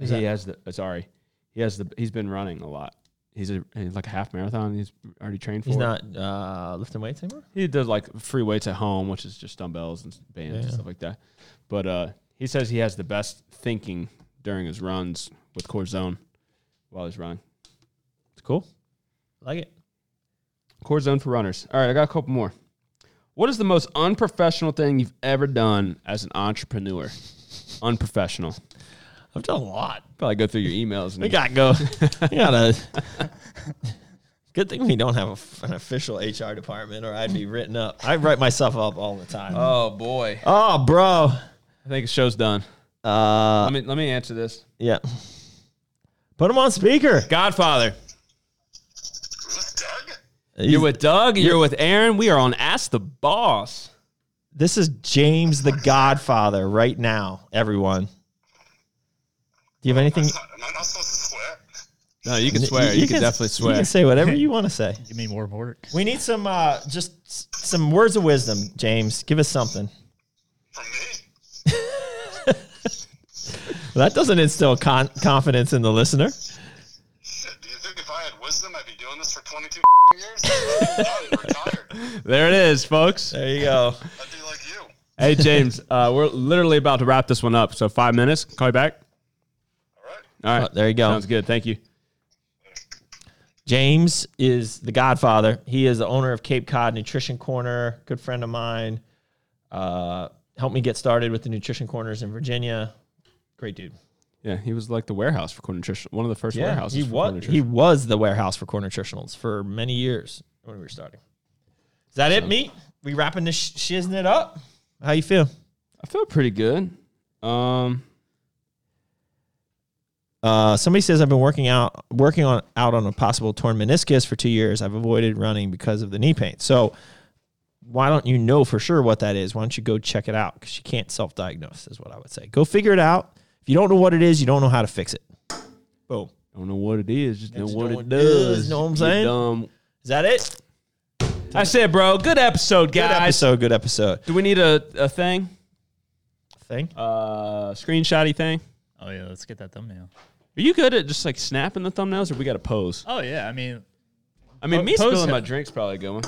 Speaker 4: He has the uh, sorry, he has the he's been running a lot. He's a he's like a half marathon. He's already trained for.
Speaker 3: He's
Speaker 4: it.
Speaker 3: not uh, lifting weights anymore.
Speaker 4: He does like free weights at home, which is just dumbbells and bands and stuff like that. But uh, he says he has the best thinking during his runs with core zone while he's running. It's cool.
Speaker 3: Like it.
Speaker 4: Core zone for runners. All right, I got a couple more. What is the most unprofessional thing you've ever done as an entrepreneur? unprofessional.
Speaker 3: I've done a lot.
Speaker 4: Probably go through your emails. And
Speaker 3: We got to go. we got to. Good thing we don't have a f an official HR department, or I'd be written up. I write myself up all the time. Oh,
Speaker 4: oh boy,
Speaker 3: bro.
Speaker 4: I think the show's done.
Speaker 3: Uh,
Speaker 4: Let me let me answer this.
Speaker 3: yeah. Put him on speaker.
Speaker 4: Godfather,
Speaker 3: He's-
Speaker 4: you're with Doug. You're with Aaron. We are on Ask the Boss.
Speaker 3: This is James the Godfather right now, everyone. Do you have anything?
Speaker 6: Am I not supposed to swear?
Speaker 4: No, you can swear. You, can, definitely swear.
Speaker 3: You can say whatever you want to say.
Speaker 5: Give me more work.
Speaker 3: We need some, uh, just s- some words of wisdom, James. Give us something.
Speaker 6: From me?
Speaker 3: Well, that doesn't instill con- confidence in the listener.
Speaker 6: Shit, do you think if I had wisdom, I'd be doing this for 22 years? I'm done, retired.
Speaker 4: there it is, folks.
Speaker 3: There you go.
Speaker 6: I'd be like you.
Speaker 4: Hey James, uh, we're literally about to wrap this one up. So five minutes. Call you back.
Speaker 6: All right.
Speaker 4: All right.
Speaker 3: Oh, there you go.
Speaker 4: Sounds good. Thank you.
Speaker 3: James is the godfather. He is the owner of Cape Cod Nutrition Corner, good friend of mine. Uh, helped me get started with the nutrition corners in Virginia. Great dude.
Speaker 4: Yeah, he was like the warehouse for Core Nutrition, one of the first warehouses.
Speaker 3: he
Speaker 4: for Core
Speaker 3: was
Speaker 4: Nutrition.
Speaker 3: he was the warehouse for core nutritionals for many years when we were starting. Is that it, meat? We wrapping this sh- shizzing it up? How you feel?
Speaker 4: I feel pretty good. Um,
Speaker 3: Uh, somebody says I've been working out, working on out on a possible torn meniscus for two years. I've avoided running because of the knee pain. So, why don't you know for sure what that is? Why don't you go check it out? Because you can't self-diagnose, is what I would say. Go figure it out. If you don't know what it is, you don't know how to fix it. Boom.
Speaker 4: don't know what it is, just know
Speaker 3: Just
Speaker 4: what
Speaker 3: know
Speaker 4: it
Speaker 3: what it is,
Speaker 4: does.
Speaker 3: know what I'm
Speaker 4: you
Speaker 3: saying?
Speaker 4: dumb.
Speaker 3: Is that it?
Speaker 4: That's it, bro. Good episode,
Speaker 3: Good
Speaker 4: guys.
Speaker 3: episode. Good episode.
Speaker 4: Do we need a, a thing?
Speaker 3: Thing.
Speaker 4: Uh, screenshotty thing?
Speaker 5: Oh, yeah. Let's get that thumbnail.
Speaker 4: Are you good at just like snapping the thumbnails, or we got to pose?
Speaker 5: Oh, yeah. I mean,
Speaker 4: I mean,
Speaker 5: Po-
Speaker 4: me
Speaker 5: pose
Speaker 4: spilling my
Speaker 5: it.
Speaker 4: drink's probably a good one.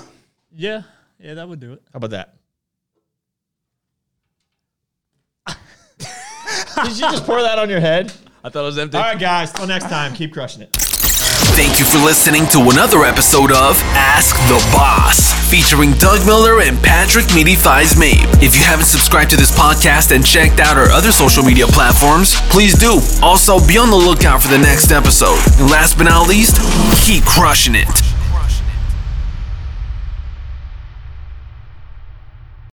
Speaker 5: yeah. Yeah, that would do it.
Speaker 3: How about that? Did you just pour that on your head?
Speaker 4: I thought it was empty.
Speaker 3: All right, guys. Till next time. Keep crushing it.
Speaker 2: Thank you for listening to another episode of Ask the Boss, featuring Doug Miller and Patrick Meaty Thighs Mabe. If you haven't subscribed to this podcast and checked out our other social media platforms, please do. Also, be on the lookout for the next episode. And last but not least, keep crushing it.